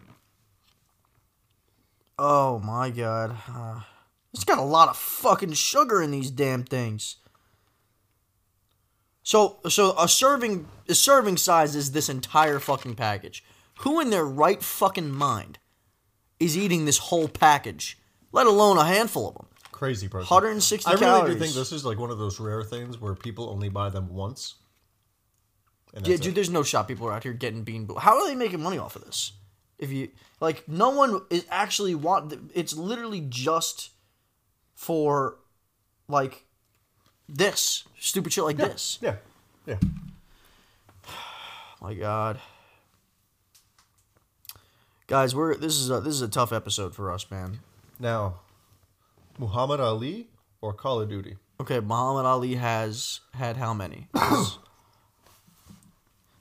Speaker 1: Oh my god. Uh, it's got a lot of fucking sugar in these damn things. So so a serving a serving size is this entire fucking package. Who in their right fucking mind is eating this whole package, let alone a handful of them?
Speaker 2: Crazy person.
Speaker 1: 160
Speaker 2: I really
Speaker 1: calories.
Speaker 2: do think this is like one of those rare things where people only buy them once. And
Speaker 1: yeah,
Speaker 2: that's
Speaker 1: dude,
Speaker 2: it.
Speaker 1: there's no shot people are out here getting bean. Bo- How are they making money off of this? If you like, no one is actually want. It's literally just for like this stupid shit like this. Oh
Speaker 2: Yeah. Yeah.
Speaker 1: my god, guys, we're this is a, this is a tough episode for us, man.
Speaker 2: Now, Muhammad Ali or Call of Duty?
Speaker 1: Okay, Muhammad Ali has had how many?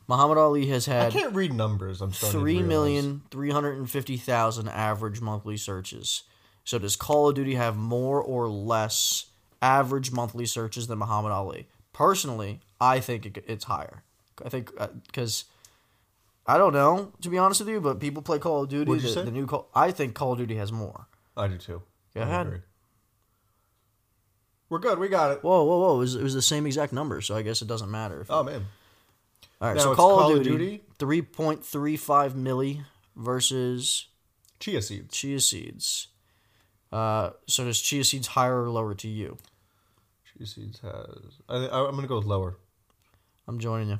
Speaker 1: Muhammad Ali has
Speaker 2: I
Speaker 1: had
Speaker 2: can't read numbers. I'm starting
Speaker 1: Three
Speaker 2: to realize.
Speaker 1: million three hundred and fifty thousand average monthly searches. So does Call of Duty have more or less average monthly searches than Muhammad Ali? Personally, uh, I think it, it's higher. I think because I don't know, to be honest with you, but people play Call of Duty.
Speaker 2: What'd you
Speaker 1: the,
Speaker 2: say?
Speaker 1: the new Call, I think Call of Duty has more.
Speaker 2: I do too.
Speaker 1: Go
Speaker 2: I
Speaker 1: ahead.
Speaker 2: We're good. We got it.
Speaker 1: Whoa, whoa, whoa! It was, it was the same exact number, so I guess it doesn't matter. if-
Speaker 2: Oh man.
Speaker 1: All right,
Speaker 2: now
Speaker 1: so
Speaker 2: it's
Speaker 1: Call,
Speaker 2: Call
Speaker 1: of
Speaker 2: of
Speaker 1: Duty,
Speaker 2: Duty?
Speaker 1: three point three five milli versus
Speaker 2: Chia seeds.
Speaker 1: chia seeds. Uh, so does chia seeds higher or lower to you?
Speaker 2: Chia seeds has. I, I, I'm gonna go with lower.
Speaker 1: I'm joining you.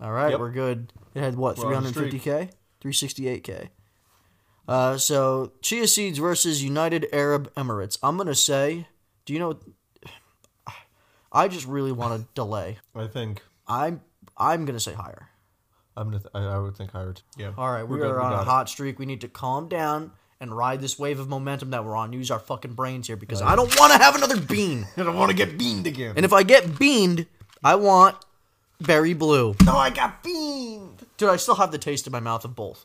Speaker 1: All right,
Speaker 2: Yep.
Speaker 1: we're good. It had what
Speaker 2: We're on the
Speaker 1: 350k, 368k. Uh, so chia seeds versus United Arab Emirates. I'm gonna say, do you know? I just really want to delay.
Speaker 2: I think.
Speaker 1: I'm I'm gonna say higher.
Speaker 2: I'm gonna. Th- I, I would think higher. Too. Yeah.
Speaker 1: All right, we
Speaker 2: We're good,
Speaker 1: are
Speaker 2: we
Speaker 1: on a
Speaker 2: got it.
Speaker 1: hot streak. We need to calm down and ride this wave of momentum that we're on. Use our fucking brains here because I don't want to have another bean.
Speaker 2: I don't want to get beamed again.
Speaker 1: And if I get beaned, I want berry blue.
Speaker 2: no, I got beamed.
Speaker 1: Dude, I still have the taste in my mouth of both.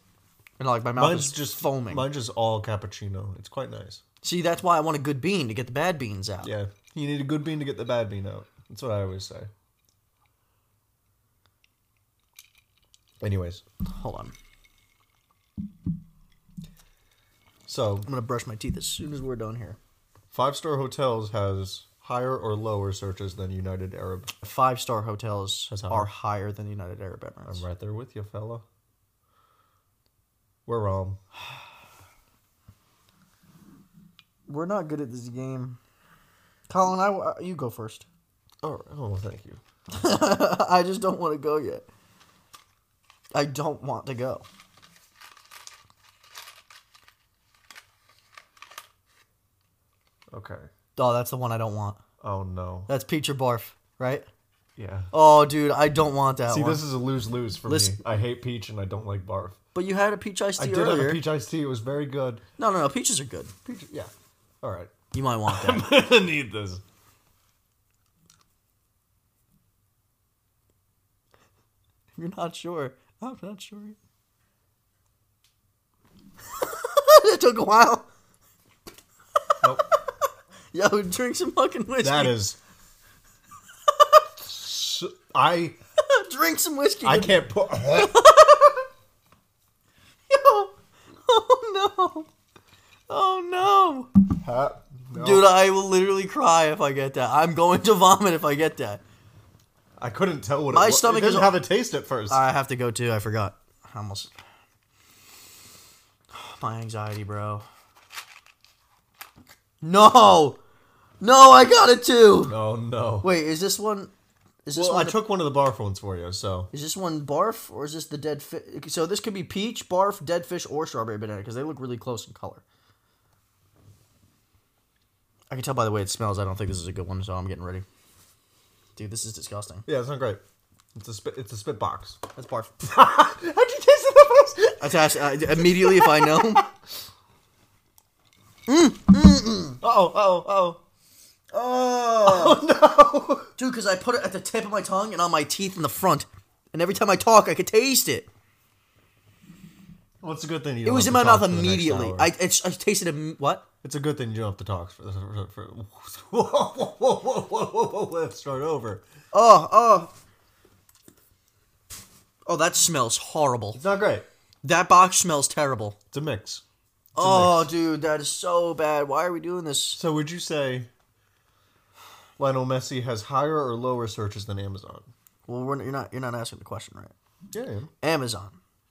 Speaker 1: And like my mouth
Speaker 2: Mine's
Speaker 1: is
Speaker 2: just
Speaker 1: just foaming.
Speaker 2: Mine's just all cappuccino. It's quite nice.
Speaker 1: See, that's why I want a good bean to get the bad beans out.
Speaker 2: Yeah. You need a good bean to get the bad bean out. That's what I always say. Anyways,
Speaker 1: Hold on.
Speaker 2: so
Speaker 1: I'm going to brush my teeth as soon as we're done here.
Speaker 2: five star hotels has higher or lower searches than United Arab.
Speaker 1: Five star hotels
Speaker 2: That's higher.
Speaker 1: are higher than the United Arab Emirates.
Speaker 2: I'm right there with you, fella. We're wrong.
Speaker 1: We're not good at this game. Colin, I, I- you go first.
Speaker 2: Oh, oh, thank you.
Speaker 1: I just don't want to go yet. I don't want to go.
Speaker 2: Okay.
Speaker 1: Oh, that's the one I don't want.
Speaker 2: Oh no.
Speaker 1: That's peach or barf, right?
Speaker 2: Yeah.
Speaker 1: Oh, dude, I don't want that
Speaker 2: See,
Speaker 1: one.
Speaker 2: this is a lose lose for
Speaker 1: Listen-
Speaker 2: me. I hate peach and I don't like barf.
Speaker 1: but you had a peach iced
Speaker 2: I
Speaker 1: tea
Speaker 2: did
Speaker 1: earlier.
Speaker 2: have a peach iced tea. It was very good.
Speaker 1: No, no, no. Peaches are good.
Speaker 2: Peach, yeah. All right.
Speaker 1: You might want that.
Speaker 2: I'm gonna need this.
Speaker 1: You're not sure. I'm not sure. it took a while.
Speaker 2: Nope.
Speaker 1: Yo, drink some fucking whiskey.
Speaker 2: That is. So- I
Speaker 1: drink some whiskey.
Speaker 2: I can't put.
Speaker 1: Yo. Oh no. Oh no.
Speaker 2: Pat, no.
Speaker 1: Dude, I will literally cry if I get that. I'm going to vomit if I get that.
Speaker 2: I couldn't tell what
Speaker 1: My
Speaker 2: it was.
Speaker 1: stomach
Speaker 2: it doesn't
Speaker 1: is-
Speaker 2: have a taste at first.
Speaker 1: I have to go too. I forgot. I almost. My anxiety, bro. No, no, I got it too.
Speaker 2: oh no!
Speaker 1: Wait, is this one? Is this
Speaker 2: well, I
Speaker 1: one?
Speaker 2: took one of the barf ones for you, so
Speaker 1: is this one barf or is this the dead fish? So this could be peach, barf, dead fish, or strawberry banana because they look really close in color. I can tell by the way it smells. I don't think this is a good one, so I'm getting ready. Dude, this is disgusting.
Speaker 2: yeah, it's not great. It's a spit. It's a spit box.
Speaker 1: That's barf.
Speaker 2: How'd you taste it at first?
Speaker 1: That's ask, uh, immediately if I know.
Speaker 2: Oh, oh, oh!
Speaker 1: Oh, no. Dude, because I put it at the tip of my tongue and on my teeth in the front. And every time I talk, I could taste it.
Speaker 2: Well, it's a good thing you.
Speaker 1: It
Speaker 2: Don't
Speaker 1: was in
Speaker 2: have
Speaker 1: my
Speaker 2: to
Speaker 1: mouth
Speaker 2: talk for the next
Speaker 1: immediately.
Speaker 2: hour.
Speaker 1: I, it's, I tasted it. m- What?
Speaker 2: It's a good thing you don't have to talk for. for, for whoa, whoa, whoa, whoa, whoa, whoa, whoa! Let's start over.
Speaker 1: Oh, oh. Oh, that smells horrible.
Speaker 2: It's not great.
Speaker 1: That box smells terrible.
Speaker 2: It's a mix.
Speaker 1: Oh, dude, that is so bad. Why are we doing this?
Speaker 2: So would you say Lionel Messi has higher or lower searches than Amazon?
Speaker 1: Well, we're, you're not you're not asking the question right.
Speaker 2: Yeah. yeah.
Speaker 1: Amazon,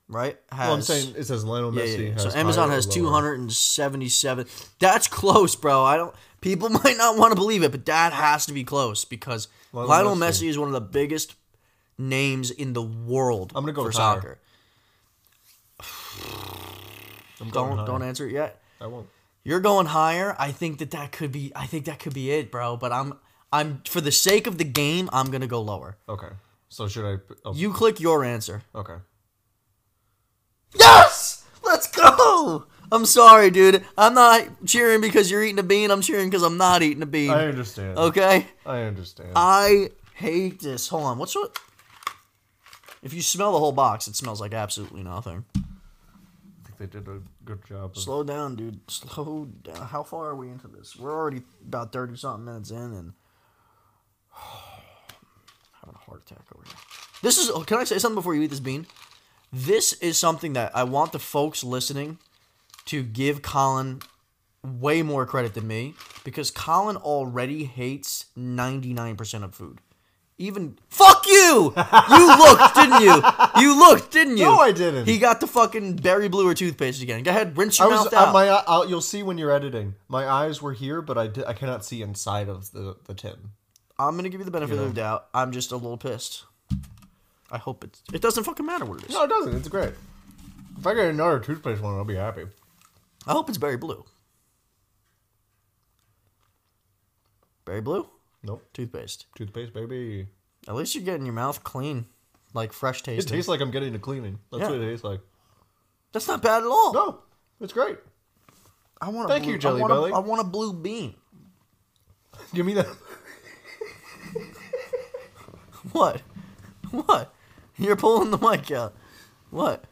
Speaker 1: right? Has,
Speaker 2: Well, I'm saying it says Lionel
Speaker 1: Yeah,
Speaker 2: Messi.
Speaker 1: yeah, yeah.
Speaker 2: Has
Speaker 1: So Amazon
Speaker 2: higher or
Speaker 1: has
Speaker 2: lower.
Speaker 1: 277. That's close, bro. I don't. People might not want to believe it, but that has to be close because Lionel,
Speaker 2: Lionel
Speaker 1: Messi.
Speaker 2: Messi.
Speaker 1: is one of the biggest names in the world.
Speaker 2: I'm gonna go
Speaker 1: for
Speaker 2: with higher.
Speaker 1: soccer.
Speaker 2: I'm going
Speaker 1: Don't
Speaker 2: higher.
Speaker 1: don't answer it yet.
Speaker 2: I won't.
Speaker 1: You're going higher. I think that that could be. I think that could be it, bro. But I'm I'm for the sake of the game, I'm gonna go lower.
Speaker 2: Okay. So should I? p- Oh,
Speaker 1: You click your answer.
Speaker 2: okay.
Speaker 1: Yes! Let's go! I'm sorry, dude. I'm not cheering because you're eating a bean. I'm cheering because I'm not eating a bean.
Speaker 2: I understand.
Speaker 1: Okay? Uh,
Speaker 2: I understand.
Speaker 1: I hate this. Hold on. What's what? If you smell the whole box, it smells like absolutely nothing.
Speaker 2: I think they did a good job. Of,
Speaker 1: Slow down, dude. Slow down. How far are we into this? We're already about 30 something minutes in and having a heart attack over here. This is. oh, Can I say something before you eat this bean? This is something that I want the folks listening to give Colin way more credit than me because Colin already hates 99% of food. Even fuck you! You looked, didn't you? You looked, didn't you?
Speaker 2: No, I didn't.
Speaker 1: He got the fucking berry bluer toothpaste again. Go ahead, rinse
Speaker 2: I
Speaker 1: your
Speaker 2: was
Speaker 1: mouth out.
Speaker 2: uh, my. i you'll see when you're editing. My eyes were here, but I did, I cannot see inside of the the tin.
Speaker 1: I'm gonna give you the benefit of the doubt. I'm just a little pissed. I hope it's. It doesn't fucking matter what it is.
Speaker 2: No, it doesn't. It's great. If I get another toothpaste one, I'll be happy.
Speaker 1: I hope it's berry blue. Berry blue
Speaker 2: Nope,
Speaker 1: toothpaste.
Speaker 2: toothpaste, baby.
Speaker 1: At least you're getting your mouth clean, like fresh
Speaker 2: It
Speaker 1: tasting.
Speaker 2: tastes like I'm getting a cleaning. That's
Speaker 1: Yeah.
Speaker 2: what it tastes like.
Speaker 1: That's not bad at all.
Speaker 2: No, it's great.
Speaker 1: I want. A
Speaker 2: Thank
Speaker 1: blue,
Speaker 2: you, Jelly
Speaker 1: I want
Speaker 2: Belly.
Speaker 1: A, I want a blue bean.
Speaker 2: Give me that.
Speaker 1: What? What? You're pulling the mic out. What?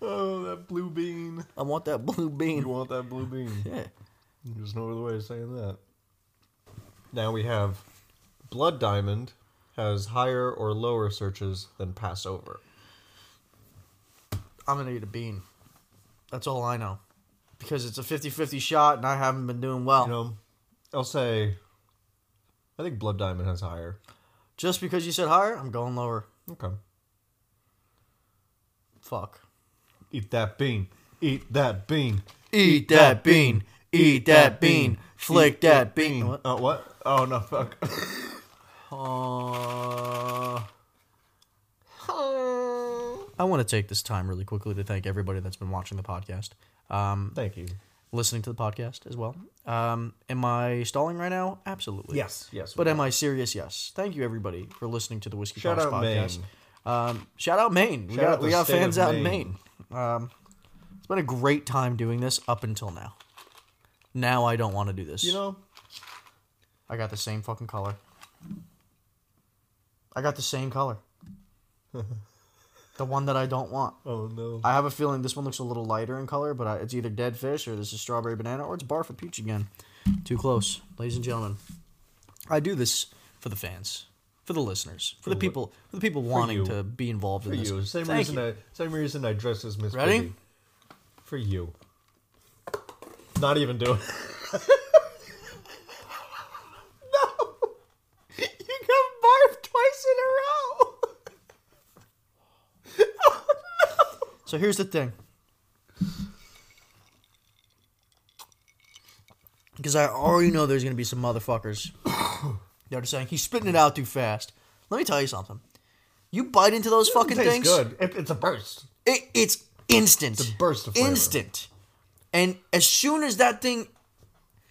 Speaker 2: Oh, that blue bean.
Speaker 1: I want that blue
Speaker 2: You
Speaker 1: bean.
Speaker 2: want that blue bean?
Speaker 1: Yeah.
Speaker 2: There's no other way of saying that. Now we have Blood Diamond has higher or lower searches than Passover.
Speaker 1: I'm gonna eat a bean. That's all I know. Because it's a 50-50 shot, and I haven't been doing well.
Speaker 2: You know, I'll say I think Blood Diamond has higher.
Speaker 1: Just because you said higher, I'm going lower.
Speaker 2: Okay.
Speaker 1: Fuck.
Speaker 2: Eat that bean. Eat that bean.
Speaker 1: Eat
Speaker 2: that bean.
Speaker 1: Eat
Speaker 2: that bean.
Speaker 1: Flick that
Speaker 2: Bean.
Speaker 1: What?
Speaker 2: Oh, what? Oh, no, fuck.
Speaker 1: Uh, I want to take this time really quickly to thank everybody that's been watching the podcast, um,
Speaker 2: Thank you.
Speaker 1: listening to the podcast as well. Um, am I stalling right now? Absolutely.
Speaker 2: Yes, yes.
Speaker 1: But um, am I serious? Yes. Thank you, everybody, for listening to the Whiskey
Speaker 2: Shout
Speaker 1: Talks
Speaker 2: out
Speaker 1: podcast.
Speaker 2: Maine.
Speaker 1: Um, shout out Maine. We
Speaker 2: Shout
Speaker 1: got,
Speaker 2: out the
Speaker 1: we got
Speaker 2: state
Speaker 1: fans
Speaker 2: of
Speaker 1: out in Maine.
Speaker 2: Maine.
Speaker 1: Um, it's been a great time doing this up until now. Now I don't want to do this.
Speaker 2: You know,
Speaker 1: I got the same fucking color. I got the same color. the one that I don't want.
Speaker 2: oh no.
Speaker 1: I have a feeling this one looks a little lighter in color, but I, it's either dead fish or this is strawberry banana or it's barf and peach again. Too close, ladies and gentlemen. I do this for the fans, for the listeners, for the people, for the people wanting
Speaker 2: you.
Speaker 1: to be involved
Speaker 2: For
Speaker 1: in this.
Speaker 2: you. Same
Speaker 1: Thank
Speaker 2: reason
Speaker 1: you.
Speaker 2: I same reason I dress as Miss
Speaker 1: Ready?
Speaker 2: Piggy. For you. Not even doing No. You got barf twice in a row.
Speaker 1: So here's the thing. Because I already know there's going to be some motherfuckers that are saying he's spitting it out too fast. Let me tell you something. You bite into those fucking
Speaker 2: Tastes
Speaker 1: things,
Speaker 2: good. It, it's a burst.
Speaker 1: It, it's instant.
Speaker 2: a burst of flavor.
Speaker 1: Instant. And as soon as that thing,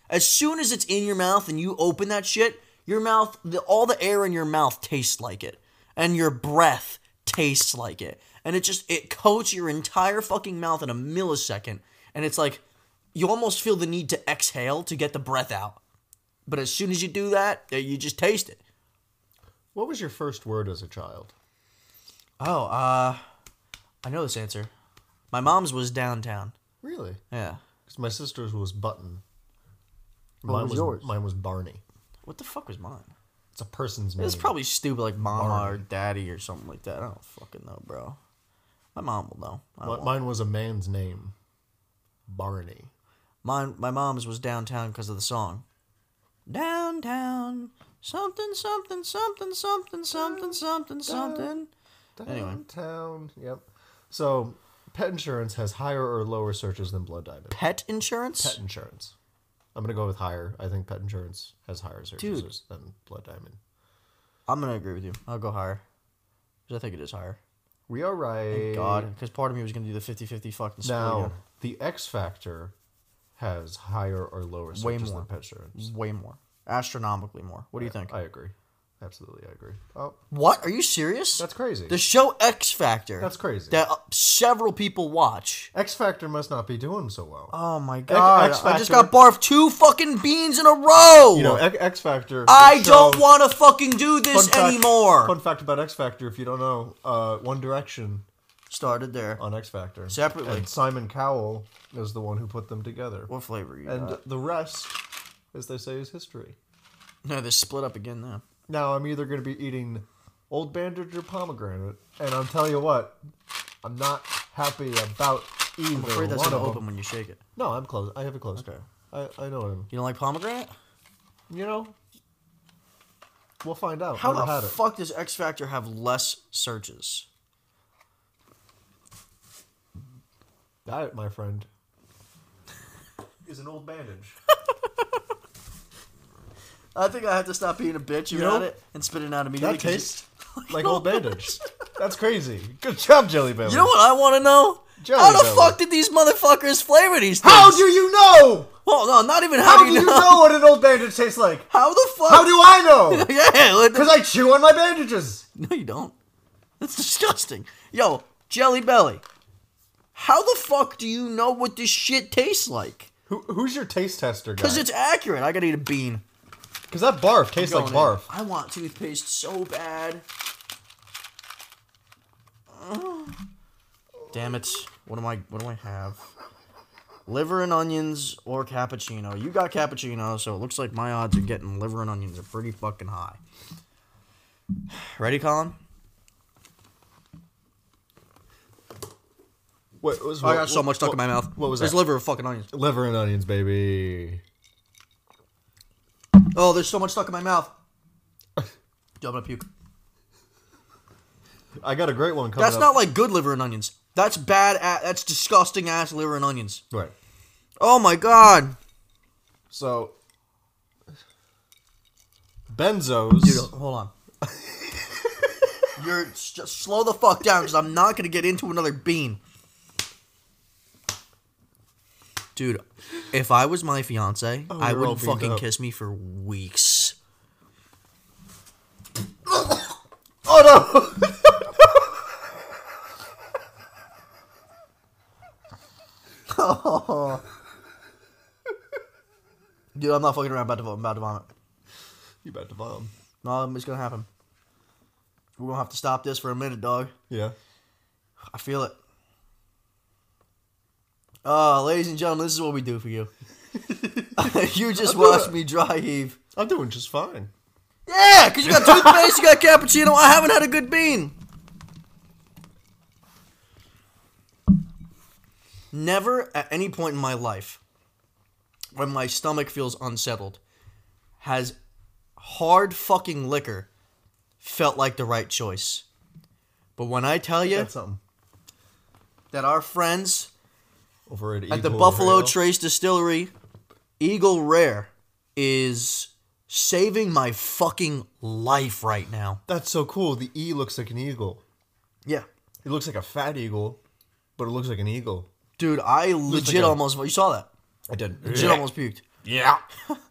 Speaker 1: as soon as it's in your mouth and you open that shit, your mouth, the, all the air in your mouth tastes like it, and your breath tastes like it, and it just it coats your entire fucking mouth in a millisecond, and it's like you almost feel the need to exhale to get the breath out. But as soon as you do that, uh, you just taste it.
Speaker 2: What was your first word as a child?
Speaker 1: Oh, uh, I know this answer. My mom's was downtown.
Speaker 2: Really?
Speaker 1: Yeah.
Speaker 2: Because my sister's was button.
Speaker 1: What Oh, was yours?
Speaker 2: Mine was Barney.
Speaker 1: What the fuck was mine?
Speaker 2: It's a person's name.
Speaker 1: It's probably stupid, like mama or daddy or something like that. I don't fucking know, bro. My mom will know. I
Speaker 2: Mi-
Speaker 1: won't.
Speaker 2: mine was a man's name. Barney.
Speaker 1: Mine, my mom's was downtown because of the song. Downtown, something, something, something, something, something, something, something. Anyway.
Speaker 2: Downtown. Yep. So, pet insurance has higher or lower searches than blood diamond.
Speaker 1: Pet insurance.
Speaker 2: Pet insurance. I'm gonna go with higher. I think pet insurance has higher searches
Speaker 1: Dude.
Speaker 2: than blood diamond.
Speaker 1: I'm gonna agree with you. I'll go higher because I think it is higher.
Speaker 2: We are right.
Speaker 1: God, because part of me was gonna do the 50-50 fucking split
Speaker 2: Now,
Speaker 1: again.
Speaker 2: the X factor has higher or lower searches
Speaker 1: more.
Speaker 2: than pet insurance.
Speaker 1: way more, astronomically more. What do you think?
Speaker 2: I agree. Absolutely, I agree. Oh,
Speaker 1: what are you serious?
Speaker 2: that's crazy.
Speaker 1: The show X Factor.
Speaker 2: That's crazy.
Speaker 1: That uh, several people watch.
Speaker 2: X Factor must not be doing so well.
Speaker 1: Oh my god!
Speaker 2: X
Speaker 1: I just
Speaker 2: Factor.
Speaker 1: got barfed two fucking beans in a row.
Speaker 2: you know, X X Factor.
Speaker 1: I
Speaker 2: show-
Speaker 1: don't want to fucking do
Speaker 2: Fun
Speaker 1: this
Speaker 2: fact-
Speaker 1: anymore.
Speaker 2: Fun fact about X Factor, if you don't know, uh, One Direction
Speaker 1: Started there.
Speaker 2: on X Factor
Speaker 1: Separately.
Speaker 2: and Simon Cowell is the one who put them together,
Speaker 1: What flavor you
Speaker 2: and
Speaker 1: got?
Speaker 2: the rest, as they say, is history.
Speaker 1: No, they split up again now.
Speaker 2: Now I'm either going to be eating Old Bandage or pomegranate. And I'll tell you what, I'm not happy about either
Speaker 1: I'm afraid that's
Speaker 2: one
Speaker 1: gonna
Speaker 2: of them.
Speaker 1: open when you shake it.
Speaker 2: No, I'm close. I have it closed.
Speaker 1: Okay.
Speaker 2: I, I know him.
Speaker 1: You don't like pomegranate?
Speaker 2: You know, we'll find out.
Speaker 1: How
Speaker 2: Never had
Speaker 1: the
Speaker 2: it.
Speaker 1: fuck does X Factor have less searches?
Speaker 2: That, my friend, is an old bandage.
Speaker 1: I think I have to stop being a bitch
Speaker 2: You
Speaker 1: about
Speaker 2: know,
Speaker 1: it and spit it out immediately.
Speaker 2: That
Speaker 1: 'cause you-
Speaker 2: tastes like old bandage. That's crazy. Good job, Jelly Belly.
Speaker 1: You know what I want to know?
Speaker 2: Jelly
Speaker 1: how the
Speaker 2: belly.
Speaker 1: fuck did these motherfuckers flavor these things?
Speaker 2: How do you know?
Speaker 1: Well, no, not even how,
Speaker 2: How do you know what an old bandage tastes like?
Speaker 1: How the fuck?
Speaker 2: How do I know?
Speaker 1: yeah, what the-
Speaker 2: Because I chew on my bandages.
Speaker 1: no, you don't. That's disgusting. Yo, Jelly Belly, how the fuck do you know what this shit tastes like?
Speaker 2: Who, who's your taste tester guy?
Speaker 1: Because it's accurate. I gotta eat a bean.
Speaker 2: Because that barf tastes like
Speaker 1: Going in.
Speaker 2: barf.
Speaker 1: I want toothpaste so bad. Damn it! What am I? What do I have? Liver and onions or cappuccino? You got cappuccino, so it looks like my odds of getting liver and onions are pretty fucking high. Ready, Colin?
Speaker 2: What was?
Speaker 1: Oh, I got so much stuck in my mouth.
Speaker 2: What was
Speaker 1: There's
Speaker 2: that?
Speaker 1: liver and fucking onions.
Speaker 2: Liver and onions, baby.
Speaker 1: Oh, there's so much stuck in my mouth. Dude, I'm gonna puke.
Speaker 2: I got a great one coming
Speaker 1: That's
Speaker 2: up.
Speaker 1: not like good liver and onions. That's bad. a that's disgusting ass liver and onions.
Speaker 2: Right.
Speaker 1: Oh my god.
Speaker 2: So, benzos.
Speaker 1: Dude, hold on. You're s- just slow the fuck down because I'm not gonna get into another bean. Dude, if I was my fiance, I
Speaker 2: you're all
Speaker 1: wouldn't
Speaker 2: beamed
Speaker 1: fucking
Speaker 2: up.
Speaker 1: kiss me for weeks.
Speaker 2: oh no!
Speaker 1: Dude, I'm not fucking around. I'm about to, I'm about to vomit.
Speaker 2: you about to bomb?
Speaker 1: No, um, it's gonna happen. We're gonna have to stop this for a minute, dog.
Speaker 2: Yeah.
Speaker 1: I feel it. Uh, ladies and gentlemen, this is what we do for you. you just watched me dry heave.
Speaker 2: I'm doing just fine.
Speaker 1: Yeah, because you got toothpaste, you got cappuccino. I haven't had a good bean. Never at any point in my life when my stomach feels unsettled has hard fucking liquor felt like the right choice. But when I tell you
Speaker 2: That's something.
Speaker 1: that our friends
Speaker 2: Over at,
Speaker 1: at the Buffalo Trace Distillery, Eagle Rare is saving my fucking life right now.
Speaker 2: That's so cool. The E looks like an eagle.
Speaker 1: Yeah.
Speaker 2: It looks like a fat eagle, but it looks like an eagle.
Speaker 1: Dude, I legit
Speaker 2: like a-
Speaker 1: almost you saw that.
Speaker 2: I did.
Speaker 1: Legit almost puked.
Speaker 2: Yeah.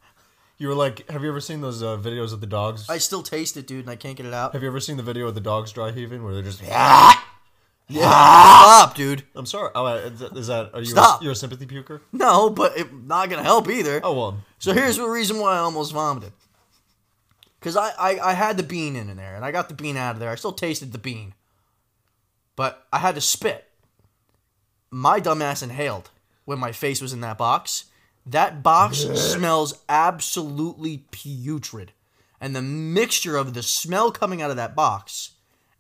Speaker 2: you were like, have you ever seen those uh, videos of the dogs?
Speaker 1: I still taste it, dude, and I can't get it out.
Speaker 2: have you ever seen the video of the dogs dry heaving where they're just?
Speaker 1: Yeah. Stop, dude.
Speaker 2: I'm sorry. Oh, uh, is that- is that? Are you?
Speaker 1: Stop.
Speaker 2: A, you're a sympathy puker.
Speaker 1: No, but it not gonna help either.
Speaker 2: Oh well.
Speaker 1: So here's the reason why I almost vomited. Cause I, I, I had the bean in there and I got the bean out of there. I still tasted the bean. But I had to spit. My dumbass inhaled when my face was in that box. That box smells absolutely putrid. And the mixture of the smell coming out of that box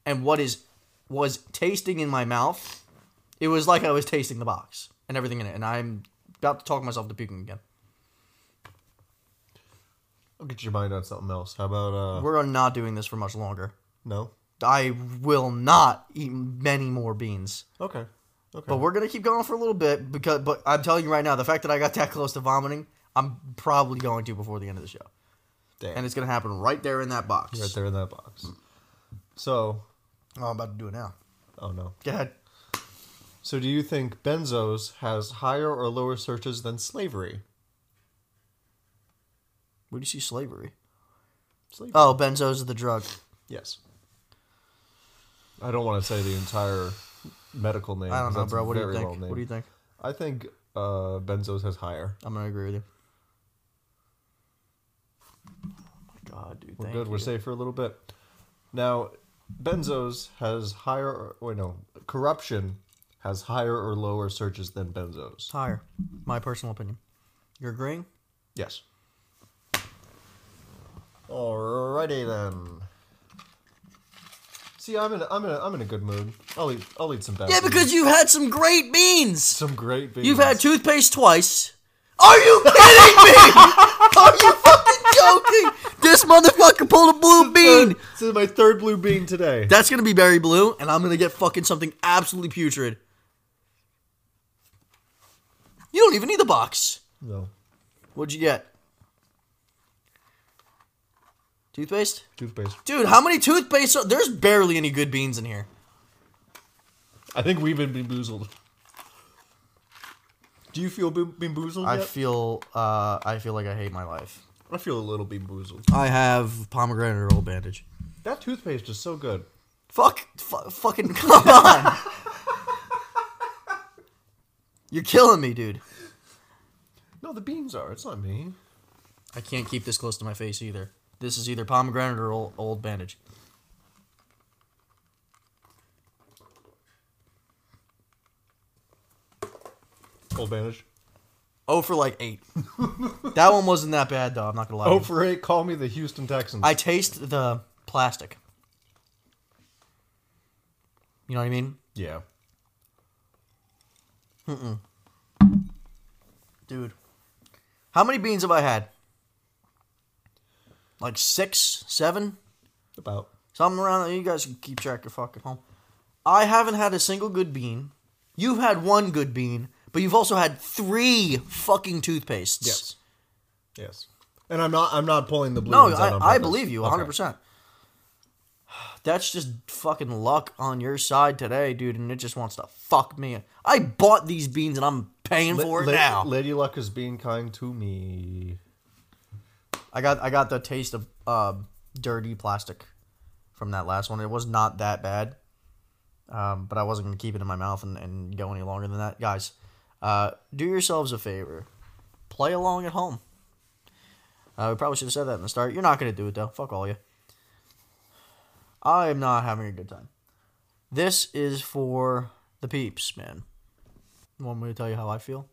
Speaker 1: and what is was tasting in my mouth, it was like I was tasting the box and everything in it. And I'm about to talk myself to puking again.
Speaker 2: I'll get your mind on something else. How about uh?
Speaker 1: We're not doing this for much longer.
Speaker 2: No.
Speaker 1: I will not eat many more beans.
Speaker 2: Okay. Okay.
Speaker 1: But we're gonna keep going for a little bit because. But I'm telling you right now, the fact that I got that close to vomiting, I'm probably going to before the end of the show,
Speaker 2: Damn.
Speaker 1: and it's gonna happen right there in that box.
Speaker 2: right there in that box.
Speaker 1: Mm.
Speaker 2: So,
Speaker 1: Oh, I'm about to do it now.
Speaker 2: oh no.
Speaker 1: Go ahead.
Speaker 2: So, do you think benzos has higher or lower searches than slavery?
Speaker 1: Where do you see slavery?
Speaker 2: Slavery.
Speaker 1: Oh, benzos are the drug.
Speaker 2: Yes. I don't want to say the entire medical name.
Speaker 1: I don't
Speaker 2: 'cause
Speaker 1: know,
Speaker 2: that's
Speaker 1: bro. What do you
Speaker 2: very
Speaker 1: think?
Speaker 2: well named.
Speaker 1: What do you think?
Speaker 2: I think uh, benzos has higher.
Speaker 1: I'm gonna agree with you. Oh my god, dude.
Speaker 2: We're
Speaker 1: thank
Speaker 2: good. We're
Speaker 1: you.
Speaker 2: safe for a little bit. Now, benzos has higher. Or, wait, no. Corruption has higher or lower searches than benzos.
Speaker 1: Higher. My personal opinion. You're agreeing?
Speaker 2: Yes. Alrighty then. See, I'm in a, I'm in a, I'm in a good mood. I'll eat I'll eat some bad.
Speaker 1: Yeah,
Speaker 2: beans.
Speaker 1: because you've had some great beans.
Speaker 2: some great beans.
Speaker 1: You've had toothpaste twice. Are you kidding me? Are you fucking joking? This motherfucker pulled a blue bean.
Speaker 2: This is my third blue bean today.
Speaker 1: That's gonna be berry blue, and I'm gonna get fucking something absolutely putrid. You don't even need the box.
Speaker 2: No,
Speaker 1: What'd you get? Toothpaste?
Speaker 2: toothpaste.
Speaker 1: Dude, how many toothpaste? Are, there's barely any good beans in here.
Speaker 2: I think we've been bamboozled. Do you feel bam- bamboozled
Speaker 1: I
Speaker 2: yet?
Speaker 1: feel, uh, I feel like I hate my life.
Speaker 2: I feel a little bamboozled.
Speaker 1: I have pomegranate roll bandage.
Speaker 2: That toothpaste is so good.
Speaker 1: Fuck, fu- fucking come on. You're killing me, dude.
Speaker 2: No, the beans are. It's not me.
Speaker 1: I can't keep this close to my face either. This is either pomegranate or old, old bandage.
Speaker 2: Old bandage.
Speaker 1: Oh for like eight. that one wasn't that bad though. I'm not gonna lie.
Speaker 2: Oh for eight. Call me the Houston Texans.
Speaker 1: I taste the plastic. You know what I mean,
Speaker 2: yeah.
Speaker 1: dude? How many beans have I had? Like six, seven,
Speaker 2: About.
Speaker 1: something around. there. You guys can keep track of fucking home. I haven't had a single good bean. You've had one good bean, but you've also had three fucking toothpastes.
Speaker 2: Yes. Yes. And I'm not. I'm not pulling the blue.
Speaker 1: No,
Speaker 2: ones out on
Speaker 1: I, I
Speaker 2: purpose.
Speaker 1: believe you
Speaker 2: Okay.
Speaker 1: 100%. That's just fucking luck on your side today, dude, and it just wants to fuck me. I bought these beans and I'm paying
Speaker 2: La-
Speaker 1: for it
Speaker 2: la-
Speaker 1: now.
Speaker 2: Lady Luck is being kind to me.
Speaker 1: I got I got the taste of uh, dirty plastic from that last one. It was not that bad, um, but I wasn't gonna keep it in my mouth and, and go any longer than that, guys. Uh, do yourselves a favor, play along at home. Uh, we probably should have said that in the start. You're not gonna do it though. Fuck all you. I am not having a good time. This is for the peeps, man. Want me to tell you how I feel?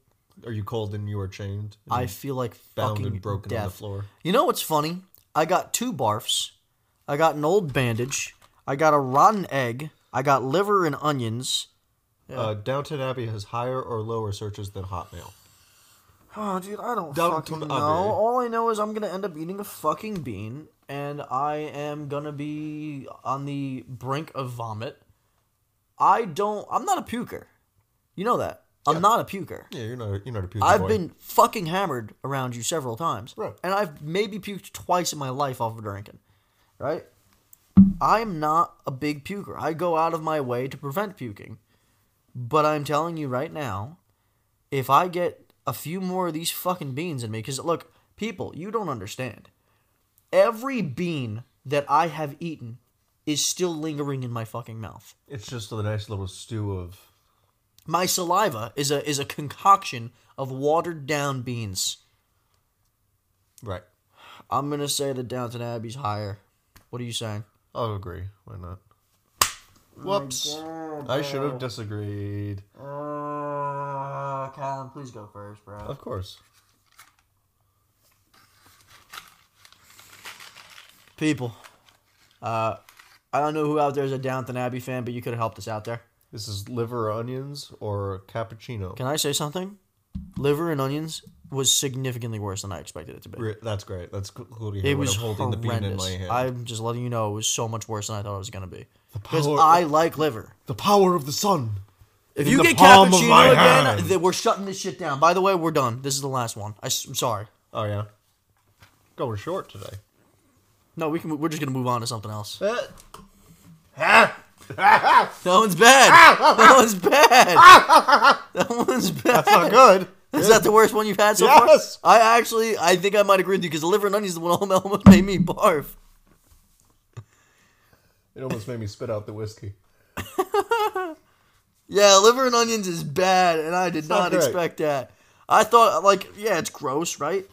Speaker 2: Are you cold and you are chained? and
Speaker 1: I feel like
Speaker 2: bound
Speaker 1: fucking
Speaker 2: and broken
Speaker 1: death.
Speaker 2: on the floor.
Speaker 1: You know what's funny? I got two barfs. I got an old bandage. I got a rotten egg. I got liver and onions.
Speaker 2: Uh, Downton Abbey has higher or lower searches than Hotmail.
Speaker 1: Oh, dude, I don't
Speaker 2: Down to
Speaker 1: fucking
Speaker 2: the
Speaker 1: know.
Speaker 2: oven.
Speaker 1: All I know is I'm gonna end up eating a fucking bean, and I am gonna be on the brink of vomit. I don't. I'm not a puker. You know that. I'm not a puker.
Speaker 2: Yeah, you're not. You're not a puke
Speaker 1: I've
Speaker 2: boy.
Speaker 1: been fucking hammered around you several times.
Speaker 2: Right.
Speaker 1: And I've maybe puked twice in my life off of drinking. Right? I'm not a big puker. I go out of my way to prevent puking. But I'm telling you right now, if I get a few more of these fucking beans in me, because look, people, you don't understand. Every bean that I have eaten is still lingering in my fucking mouth.
Speaker 2: It's just a nice little stew of.
Speaker 1: My saliva is a is a concoction of watered down beans.
Speaker 2: Right.
Speaker 1: I'm gonna say that Downton Abbey's higher. What are you saying?
Speaker 2: I'll agree. Why not? Whoops! I should have disagreed.
Speaker 1: Uh, Colin, please go first, bro.
Speaker 2: Of course.
Speaker 1: People, uh, I don't know who out there is a Downton Abbey fan, but you could have helped us out there.
Speaker 2: This is liver or onions or cappuccino.
Speaker 1: Can I say something? Liver and onions was significantly worse than I expected it to be.
Speaker 2: Re- That's great. That's cool to hear.
Speaker 1: It
Speaker 2: when
Speaker 1: was
Speaker 2: I'm holding the bean in my
Speaker 1: horrendous.
Speaker 2: hand.
Speaker 1: I'm just letting you know it was so much worse than I thought it was gonna be. Because
Speaker 2: power-
Speaker 1: I like liver.
Speaker 2: the power of the sun.
Speaker 1: If
Speaker 2: In
Speaker 1: you
Speaker 2: the
Speaker 1: get
Speaker 2: palm of my
Speaker 1: cappuccino again,
Speaker 2: hand.
Speaker 1: th- we're shutting this shit down. By the way, we're done. This is the last one. I, am sorry.
Speaker 2: Oh yeah. Going short today.
Speaker 1: No, we can. We're just gonna move on to something else.
Speaker 2: Eh.
Speaker 1: That one's bad.
Speaker 2: Ah,
Speaker 1: that one's bad. that one's bad.
Speaker 2: That's not good.
Speaker 1: Is that the worst one you've had so
Speaker 2: Yes.
Speaker 1: far? I actually, I think I might agree with you because the liver and onions is the one that almost made me barf.
Speaker 2: It almost made me spit out the whiskey.
Speaker 1: Yeah, liver and onions is bad, and I did not
Speaker 2: not great.
Speaker 1: expect that. I thought, like, yeah, it's gross, right?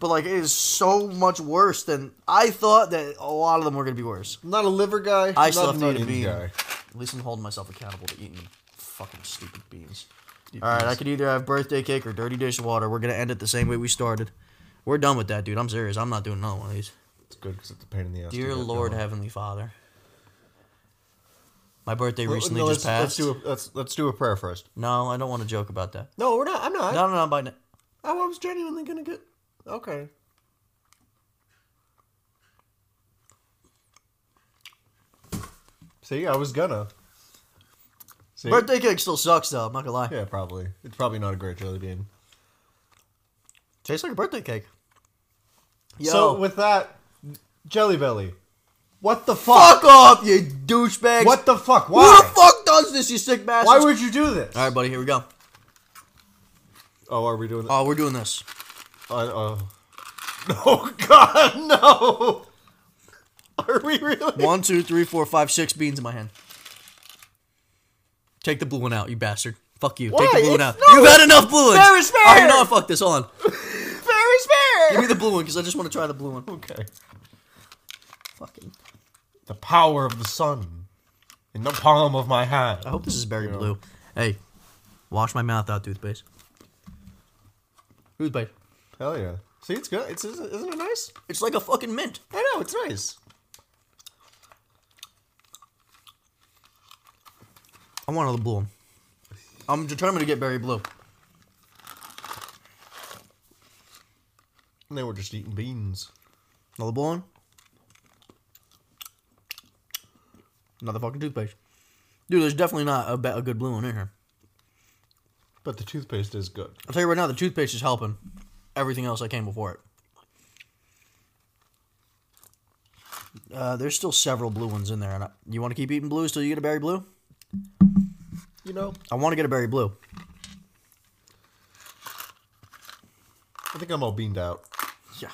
Speaker 1: But like, it is so much worse than I thought that a lot of them were gonna be worse.
Speaker 2: I'm not a liver guy.
Speaker 1: I
Speaker 2: I'm
Speaker 1: still
Speaker 2: not
Speaker 1: have
Speaker 2: an
Speaker 1: to eat a
Speaker 2: onions
Speaker 1: bean.
Speaker 2: guy.
Speaker 1: At least I'm holding myself accountable to eating fucking stupid beans. All right, I could either have birthday cake or dirty dishwater. We're gonna end it the same way we started. We're done with that, dude. I'm serious. I'm not doing another one of these.
Speaker 2: It's good because it's a pain in the ass. to
Speaker 1: Dear
Speaker 2: get
Speaker 1: Lord,
Speaker 2: going.
Speaker 1: Heavenly Father, My birthday
Speaker 2: Well,
Speaker 1: recently
Speaker 2: no,
Speaker 1: just
Speaker 2: let's, let's
Speaker 1: passed.
Speaker 2: do a, let's let's do a prayer first.
Speaker 1: no, I don't want to joke about that.
Speaker 2: No, we're not. I'm not.
Speaker 1: No, no, no, by
Speaker 2: I was genuinely gonna get. Okay. See, I was gonna. See,
Speaker 1: birthday cake still sucks though. I'm not gonna lie.
Speaker 2: yeah, probably. It's probably not a great jelly bean.
Speaker 1: Tastes like a birthday cake. Yo,
Speaker 2: So with that, Jelly Belly, what the fuck?
Speaker 1: fuck off, you douchebags.
Speaker 2: What the fuck?
Speaker 1: Who the
Speaker 2: Why?
Speaker 1: fuck does this, you sick bastard?
Speaker 2: Why would you do this?
Speaker 1: All right, buddy, here we go.
Speaker 2: Oh, are we doing?
Speaker 1: Oh, we're doing this.
Speaker 2: I- oh. oh God, no! Are we really?
Speaker 1: One, two, three, four, five, six beans in my hand. Take the blue one out, you bastard. Fuck you. Take
Speaker 2: Why?
Speaker 1: the blue one
Speaker 2: It's-
Speaker 1: out.
Speaker 2: no,
Speaker 1: You've had enough blue ones.
Speaker 2: fair is fair.
Speaker 1: All right, no, fuck this. Hold on.
Speaker 2: Fair is fair.
Speaker 1: Give me the blue one because I just want to try the blue one.
Speaker 2: Okay.
Speaker 1: Fucking.
Speaker 2: The power of the sun in the palm of my hand.
Speaker 1: I hope this is berry blue. Hey, wash my mouth out, toothpaste. Toothpaste.
Speaker 2: Hell yeah! See, it's good. It's isn't isn't it nice?
Speaker 1: It's like a fucking mint.
Speaker 2: I know it's nice.
Speaker 1: I want another blue one. I'm determined to get berry blue.
Speaker 2: And they were just eating beans.
Speaker 1: Another blue one. Another fucking toothpaste. Dude, there's definitely not a, be- a good blue one in here.
Speaker 2: But the toothpaste is good.
Speaker 1: I'll tell you right now, the toothpaste is helping everything else that came before it. Uh, there's still several blue ones in there, and I, you want to keep eating blues till you get a berry blue?
Speaker 2: You know,
Speaker 1: I want to get a berry blue.
Speaker 2: I think I'm all beaned out.
Speaker 1: Yeah,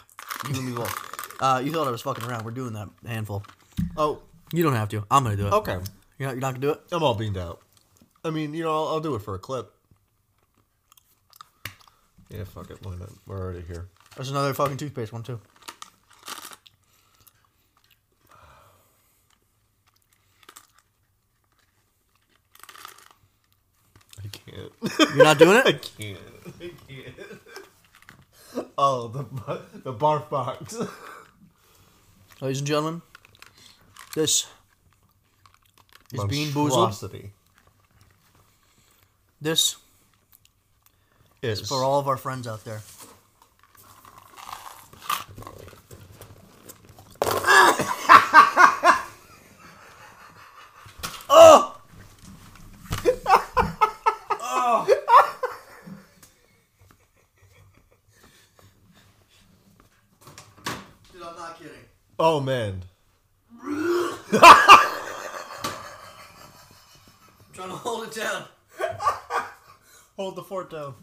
Speaker 1: you and me both. Uh, you thought I was fucking around. We're doing that handful.
Speaker 2: Oh,
Speaker 1: You don't have to. I'm gonna do it.
Speaker 2: okay.
Speaker 1: You're not, you're not gonna do it.
Speaker 2: I'm all beaned out. I mean, you know, I'll, I'll do it for a clip. Yeah, fuck it. Why not? We're already here.
Speaker 1: There's another fucking toothpaste one too.
Speaker 2: I can't.
Speaker 1: You're not doing
Speaker 2: I
Speaker 1: it.
Speaker 2: can't. I can't. Oh, the bu- the barf box.
Speaker 1: Ladies and gentlemen, this is Bean Boozled.
Speaker 2: Monstrosity
Speaker 1: This
Speaker 2: Is
Speaker 1: for all of our friends out there. oh! Oh! Dude, I'm not kidding.
Speaker 2: Oh man.
Speaker 1: I'm trying to hold it down.
Speaker 2: Hold the fort down.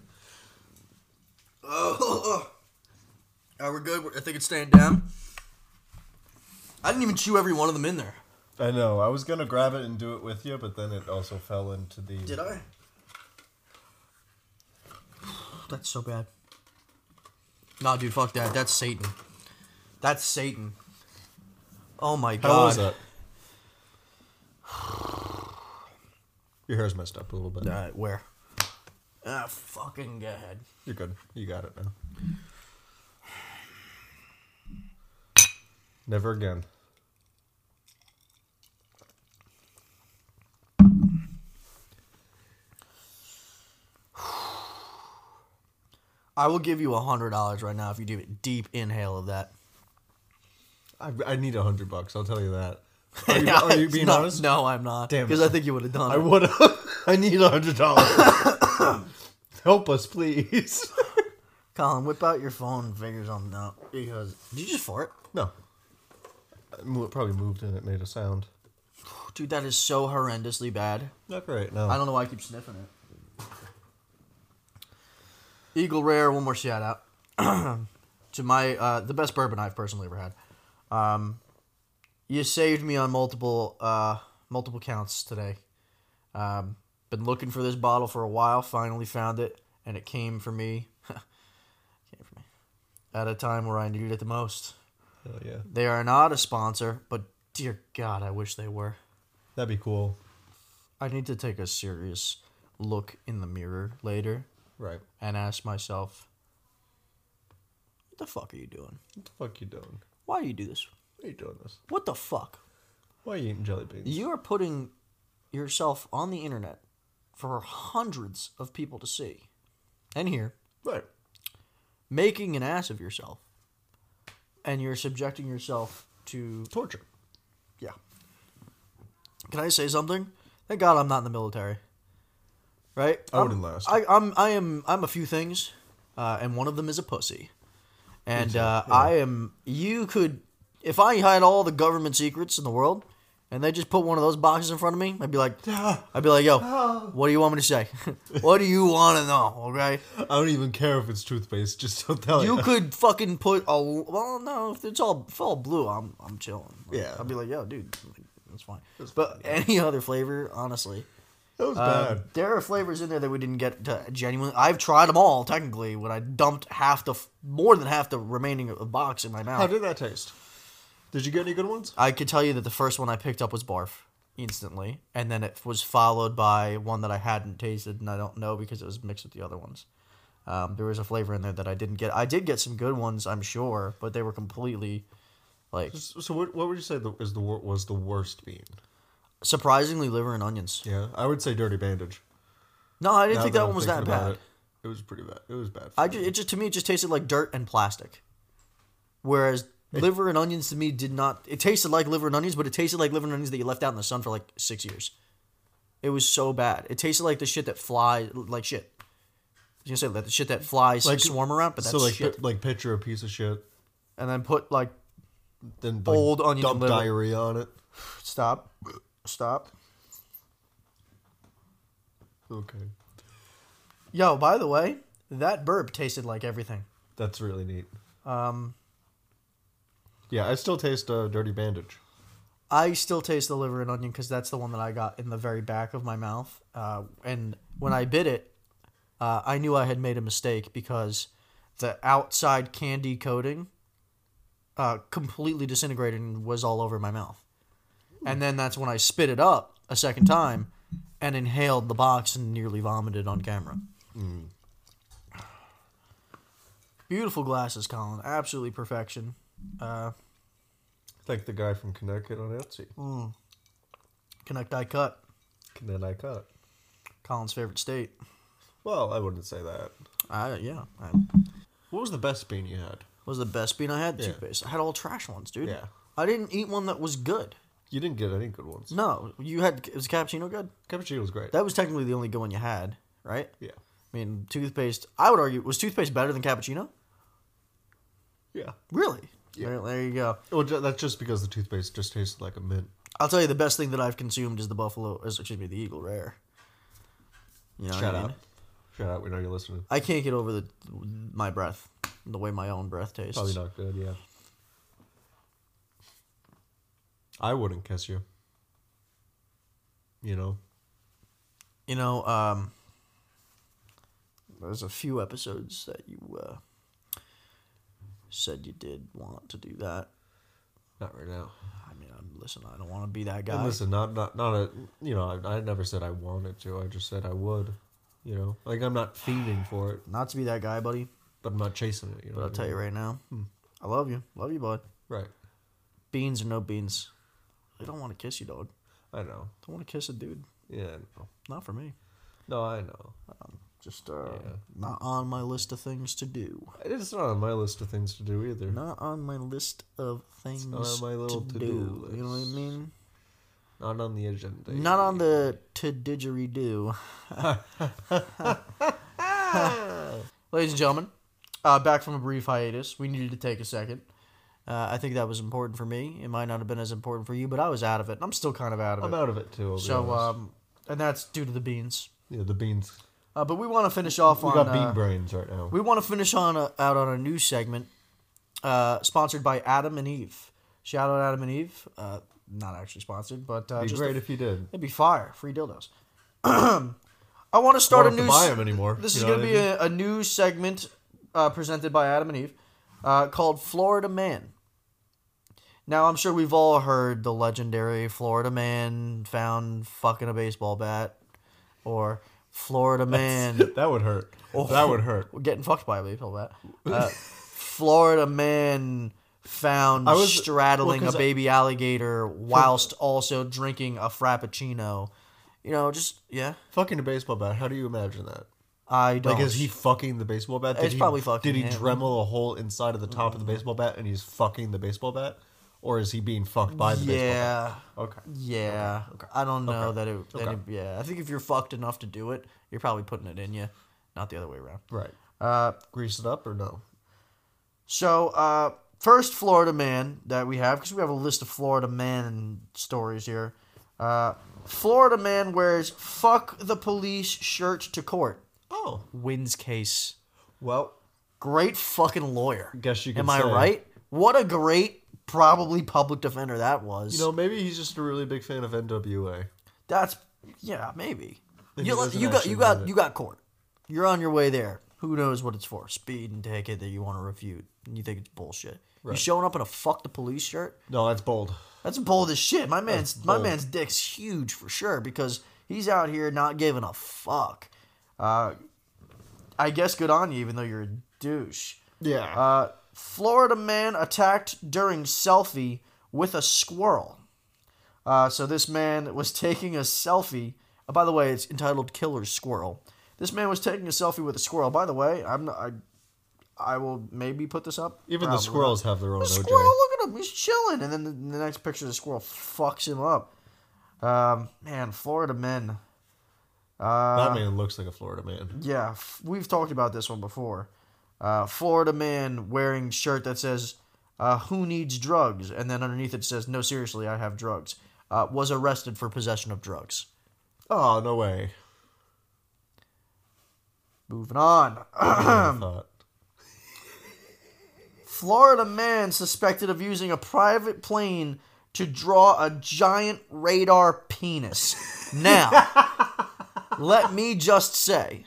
Speaker 1: Oh, Alright, we're good. I think it's staying down. I didn't even chew every one of them in there.
Speaker 2: I know. I was gonna grab it and do it with you, but then it also fell into the.
Speaker 1: Did I? That's so bad. Nah, dude, fuck that. That's Satan. That's Satan. Oh my god.
Speaker 2: How was that? Your hair's messed up a little bit.
Speaker 1: Alright, where? Ah, fucking go ahead.
Speaker 2: You're good. You got it now. Never again.
Speaker 1: I will give you a hundred dollars right now if you do a deep inhale of that.
Speaker 2: I, I need a hundred bucks. I'll tell you that. Are you, are you being
Speaker 1: no,
Speaker 2: honest?
Speaker 1: No, I'm not.
Speaker 2: Damn it.
Speaker 1: Because I think you would have done
Speaker 2: I
Speaker 1: it.
Speaker 2: would. I need a hundred dollars. Help us, please.
Speaker 1: Colin, whip out your phone and fingers on no. Because did you just fart?
Speaker 2: no. I mo- probably moved and it made a sound.
Speaker 1: Dude, that is so horrendously bad.
Speaker 2: Not great. No.
Speaker 1: I don't know why I keep sniffing it. Eagle Rare, one more shout out to my uh, the best bourbon I've personally ever had. Um, you saved me on multiple uh, multiple counts today. Um, been looking for this bottle for a while. Finally found it, and it came for me. came for me at a time where I needed it the most.
Speaker 2: Hell yeah.
Speaker 1: They are not a sponsor, but dear God, I wish they were.
Speaker 2: That'd be cool.
Speaker 1: I need to take a serious look in the mirror later
Speaker 2: Right.
Speaker 1: and ask myself, what the fuck are you doing?
Speaker 2: What the fuck you doing?
Speaker 1: Why do you do this?
Speaker 2: Why are you doing this?
Speaker 1: What the fuck?
Speaker 2: Why are you eating jelly beans?
Speaker 1: You are putting yourself on the internet for hundreds of people to see and hear,
Speaker 2: Right.
Speaker 1: making an ass of yourself, and you're subjecting yourself to.
Speaker 2: Torture. Yeah.
Speaker 1: Can I say something? Thank God I'm not in the military. Right?
Speaker 2: I wouldn't last.
Speaker 1: I, I'm I am I'm a few things, uh, and one of them is a pussy, and
Speaker 2: too,
Speaker 1: uh,
Speaker 2: yeah.
Speaker 1: I am. You could, if I had all the government secrets in the world, and they just put one of those boxes in front of me, I'd be like, I'd be like, yo, what do you want me to say? what do you want to know? Okay,
Speaker 2: I don't even care if it's toothpaste. Just don't tell
Speaker 1: you
Speaker 2: you.
Speaker 1: could fucking put a well, no, if it's all if all blue, I'm I'm chilling. Like,
Speaker 2: Yeah.
Speaker 1: I'd be like, yo, dude, that's fine. but any other flavor, honestly.
Speaker 2: That was
Speaker 1: Um,
Speaker 2: bad.
Speaker 1: there are flavors in there that we didn't get to genuinely. I've tried them all technically when I dumped half the, f- more than half the remaining of the box in my
Speaker 2: How
Speaker 1: mouth.
Speaker 2: did that taste? Did you get any good ones?
Speaker 1: I could tell you that the first one I picked up was barf instantly, and then it was followed by one that I hadn't tasted and I don't know because it was mixed with the other ones. Um, there was a flavor in there that I didn't get. I did get some good ones, I'm sure, but they were completely like
Speaker 2: So what, what would you say the, is the wor- was the worst bean?
Speaker 1: surprisingly liver and onions.
Speaker 2: Yeah, I would say dirty bandage.
Speaker 1: No, I didn't
Speaker 2: Now
Speaker 1: think
Speaker 2: I'm
Speaker 1: that one was
Speaker 2: thinking
Speaker 1: that
Speaker 2: about
Speaker 1: bad.
Speaker 2: It, it was pretty bad. It was bad. for
Speaker 1: I
Speaker 2: me.
Speaker 1: just, it just to me it just tasted like dirt and plastic. Whereas liver and onions to me did not. It tasted like liver and onions, but it tasted like liver and onions that you left out in the sun for like six years. It was so bad. It tasted like the shit that flies, like shit. I was gonna say like the shit that flies
Speaker 2: Like-
Speaker 1: swarm around, but that's
Speaker 2: so like
Speaker 1: shit.
Speaker 2: pi- like picture a piece of shit,
Speaker 1: and then put like
Speaker 2: then like,
Speaker 1: Old onion
Speaker 2: dump
Speaker 1: and liver.
Speaker 2: diarrhea on it.
Speaker 1: stop, stop.
Speaker 2: Okay,
Speaker 1: Yo, by the way, that burp tasted like everything.
Speaker 2: that's really neat.
Speaker 1: Um,
Speaker 2: Yeah, I still taste uh, dirty bandage.
Speaker 1: I still taste the liver and onion because that's the one that I got in the very back of my mouth. Uh, and when I bit it, uh, I knew I had made a mistake because the outside candy coating uh, completely disintegrated and was all over my mouth. And then that's when I spit it up a second time and inhaled the box and nearly vomited on camera. Beautiful glasses, Colin. Absolutely perfection. Uh,
Speaker 2: Like the guy from Connecticut on Etsy.
Speaker 1: connect, I cut.
Speaker 2: And then I cut.
Speaker 1: Colin's favorite state.
Speaker 2: Well, I wouldn't say that.
Speaker 1: I yeah. I,
Speaker 2: What was the best bean you had?
Speaker 1: was the best bean I had.
Speaker 2: Yeah.
Speaker 1: Toothpaste. I had all trash ones, dude.
Speaker 2: Yeah.
Speaker 1: I didn't eat one that was good.
Speaker 2: You didn't get any good ones.
Speaker 1: No, you had was cappuccino good.
Speaker 2: Cappuccino was great.
Speaker 1: That was technically the only good one you had, right?
Speaker 2: yeah.
Speaker 1: I mean, toothpaste. I would argue was toothpaste better than cappuccino.
Speaker 2: Yeah.
Speaker 1: Really? There, there you go.
Speaker 2: Well, ju- that's just because the toothpaste just tasted like a mint.
Speaker 1: I'll tell you the best thing that I've consumed is the buffalo. Is excuse me, the eagle rare. You know what I
Speaker 2: Shout
Speaker 1: mean?
Speaker 2: out. Shout out. We know you're listening.
Speaker 1: I can't get over the my breath, the way my own breath tastes.
Speaker 2: Probably not good, yeah. I wouldn't kiss you. You know?
Speaker 1: You know, um, there's a few episodes that you uh, said you did want to do that.
Speaker 2: Not right now.
Speaker 1: I mean, I'm, listen, I don't want to be that guy.
Speaker 2: And listen, not not not a you know, I, I never said I wanted to. I just said I would. You know, like I'm not fiending for it,
Speaker 1: Not to be that guy, buddy.
Speaker 2: but I'm not chasing it. You know,
Speaker 1: But I'll tell you right now,
Speaker 2: Hmm.
Speaker 1: I love you, love you, bud.
Speaker 2: right?
Speaker 1: Beans or no beans, I don't want to kiss you, dog.
Speaker 2: I know.
Speaker 1: Don't want to kiss a dude.
Speaker 2: Yeah, I know.
Speaker 1: Not for me.
Speaker 2: no, I know.
Speaker 1: Just uh, not on my list of things to do.
Speaker 2: It's not on my list of things to do either.
Speaker 1: Not on my list of things
Speaker 2: on my little
Speaker 1: to,
Speaker 2: to-do
Speaker 1: do. You know what I
Speaker 2: list.
Speaker 1: mean?
Speaker 2: Not on the agenda.
Speaker 1: Not on the to didgeridoo. Ladies and gentlemen, uh, back from a brief hiatus. We needed to take a second. Uh, I think that was important for me. It might not have been as important for you, but I was out of it. I'm still kind of out of
Speaker 2: I'm
Speaker 1: it.
Speaker 2: out of it too. I'll be
Speaker 1: so,
Speaker 2: honest.
Speaker 1: um, and that's due to the beans.
Speaker 2: yeah, the beans.
Speaker 1: Uh, but we want to finish off
Speaker 2: We
Speaker 1: on.
Speaker 2: got bean
Speaker 1: uh,
Speaker 2: brains right now.
Speaker 1: we want to finish on a, out on a new segment uh, sponsored by Adam and Eve. Shout out Adam and Eve. Uh, not actually sponsored, but uh,
Speaker 2: It'd be
Speaker 1: just a-
Speaker 2: great if you did.
Speaker 1: It'd be fire. Free dildos. I want to start
Speaker 2: Don't
Speaker 1: a
Speaker 2: have to
Speaker 1: new.
Speaker 2: buy
Speaker 1: s-
Speaker 2: 'em anymore.
Speaker 1: This
Speaker 2: You
Speaker 1: is
Speaker 2: know
Speaker 1: going to
Speaker 2: what I
Speaker 1: be a, a new segment uh, presented by Adam and Eve uh, called Florida Man. Now, I'm sure we've all heard the legendary Florida Man found fucking a baseball bat or Florida Man Oh.
Speaker 2: that would hurt. That would hurt.
Speaker 1: getting fucked by a baseball bat. Uh, Florida Man found
Speaker 2: I was-
Speaker 1: straddling
Speaker 2: well,
Speaker 1: a
Speaker 2: 'cause I-
Speaker 1: baby alligator whilst also drinking a frappuccino You know, just yeah.
Speaker 2: Fucking a baseball bat. How do you imagine that?
Speaker 1: I don't.
Speaker 2: Like, is he fucking the baseball bat?
Speaker 1: Oh, It's
Speaker 2: he,
Speaker 1: probably fucking
Speaker 2: Did he
Speaker 1: him. Mm-hmm.
Speaker 2: Dremel a hole inside of the top of the baseball bat and he's fucking the baseball bat, or is he being fucked by the baseball
Speaker 1: yeah.
Speaker 2: bat? Okay.
Speaker 1: Yeah, I don't know
Speaker 2: Okay.
Speaker 1: that, it, that
Speaker 2: Okay.
Speaker 1: it- Yeah, I think if you're fucked enough to do it, you're probably putting it in you, not the other way around.
Speaker 2: Right.
Speaker 1: Uh,
Speaker 2: Grease it up or no?
Speaker 1: so uh, first Florida man that we have because we have a list of Florida man stories here. Uh, Florida man wears "fuck the police" shirt to court,
Speaker 2: Oh.
Speaker 1: wins case.
Speaker 2: Well,
Speaker 1: Great fucking lawyer.
Speaker 2: Guess you could
Speaker 1: Am I
Speaker 2: say.
Speaker 1: right? What a great probably public defender that was.
Speaker 2: you know, maybe he's just a really big fan of NWA.
Speaker 1: That's yeah, maybe.
Speaker 2: If
Speaker 1: You,
Speaker 2: it doesn't
Speaker 1: you got
Speaker 2: actually
Speaker 1: you got
Speaker 2: mean it.
Speaker 1: you got court. You're on your way there. Who knows what it's for? Speed and take it that you want to refute. And you think it's bullshit. You
Speaker 2: Right.
Speaker 1: showing up in a fuck the police shirt?
Speaker 2: No, that's bold.
Speaker 1: That's bold as shit. My man's my
Speaker 2: bold.
Speaker 1: man's dick's huge for sure because he's out here not giving a fuck. Uh, I guess good on you, even though you're a douche.
Speaker 2: Yeah.
Speaker 1: Uh, Florida man attacked during selfie with a squirrel. Uh, so this man was taking a selfie. uh, by the way, it's entitled "Killer Squirrel." This man was taking a selfie with a squirrel. By the way, I'm not, I, I will maybe put this up.
Speaker 2: Even the
Speaker 1: Probably
Speaker 2: squirrels have their own
Speaker 1: not. The
Speaker 2: OJ.
Speaker 1: squirrel, look at him. He's chilling. And then the, the next picture, the squirrel fucks him up. Um, man, Florida men.
Speaker 2: that
Speaker 1: Uh,
Speaker 2: man looks like a Florida man.
Speaker 1: Yeah, f- we've talked about this one before. Uh, Florida man wearing shirt that says uh, "Who needs drugs?" and then underneath it says "No, seriously, I have drugs." Uh, was arrested for possession of drugs.
Speaker 2: Oh no way.
Speaker 1: Moving on.
Speaker 2: I thought.
Speaker 1: Florida man suspected of using a private plane to draw a giant radar penis. Now, let me just say,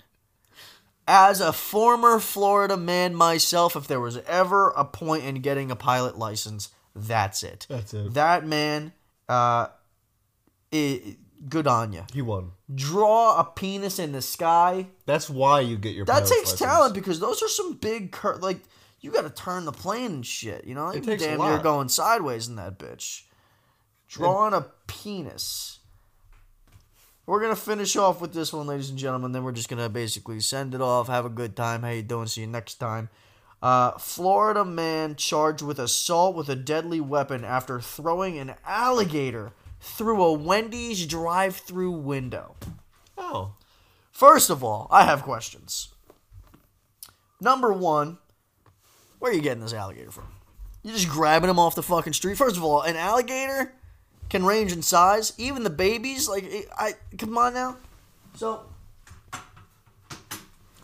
Speaker 1: as a former Florida man myself, if there was ever a point in getting a pilot license, that's it.
Speaker 2: That's it.
Speaker 1: That man, uh, i good on you.
Speaker 2: He won.
Speaker 1: Draw a penis in the sky.
Speaker 2: That's why you get your.
Speaker 1: That
Speaker 2: pilot's
Speaker 1: takes
Speaker 2: license.
Speaker 1: talent because those are some big cur- like you got to turn the plane and shit. You know, you
Speaker 2: takes a
Speaker 1: damn near
Speaker 2: lot.
Speaker 1: going sideways in that bitch. Drawing a penis. We're gonna finish off with this one, ladies and gentlemen. Then we're just gonna basically send it off. Have a good time. How you doing? See you next time. Uh, Florida man charged with assault with a deadly weapon after throwing an alligator through a Wendy's drive-through window.
Speaker 2: Oh.
Speaker 1: First of all, I have questions. Number one, where are you getting this alligator from? You just grabbing him off the fucking street. First of all, an alligator can range in size. Even the babies, like it- I, come on now. So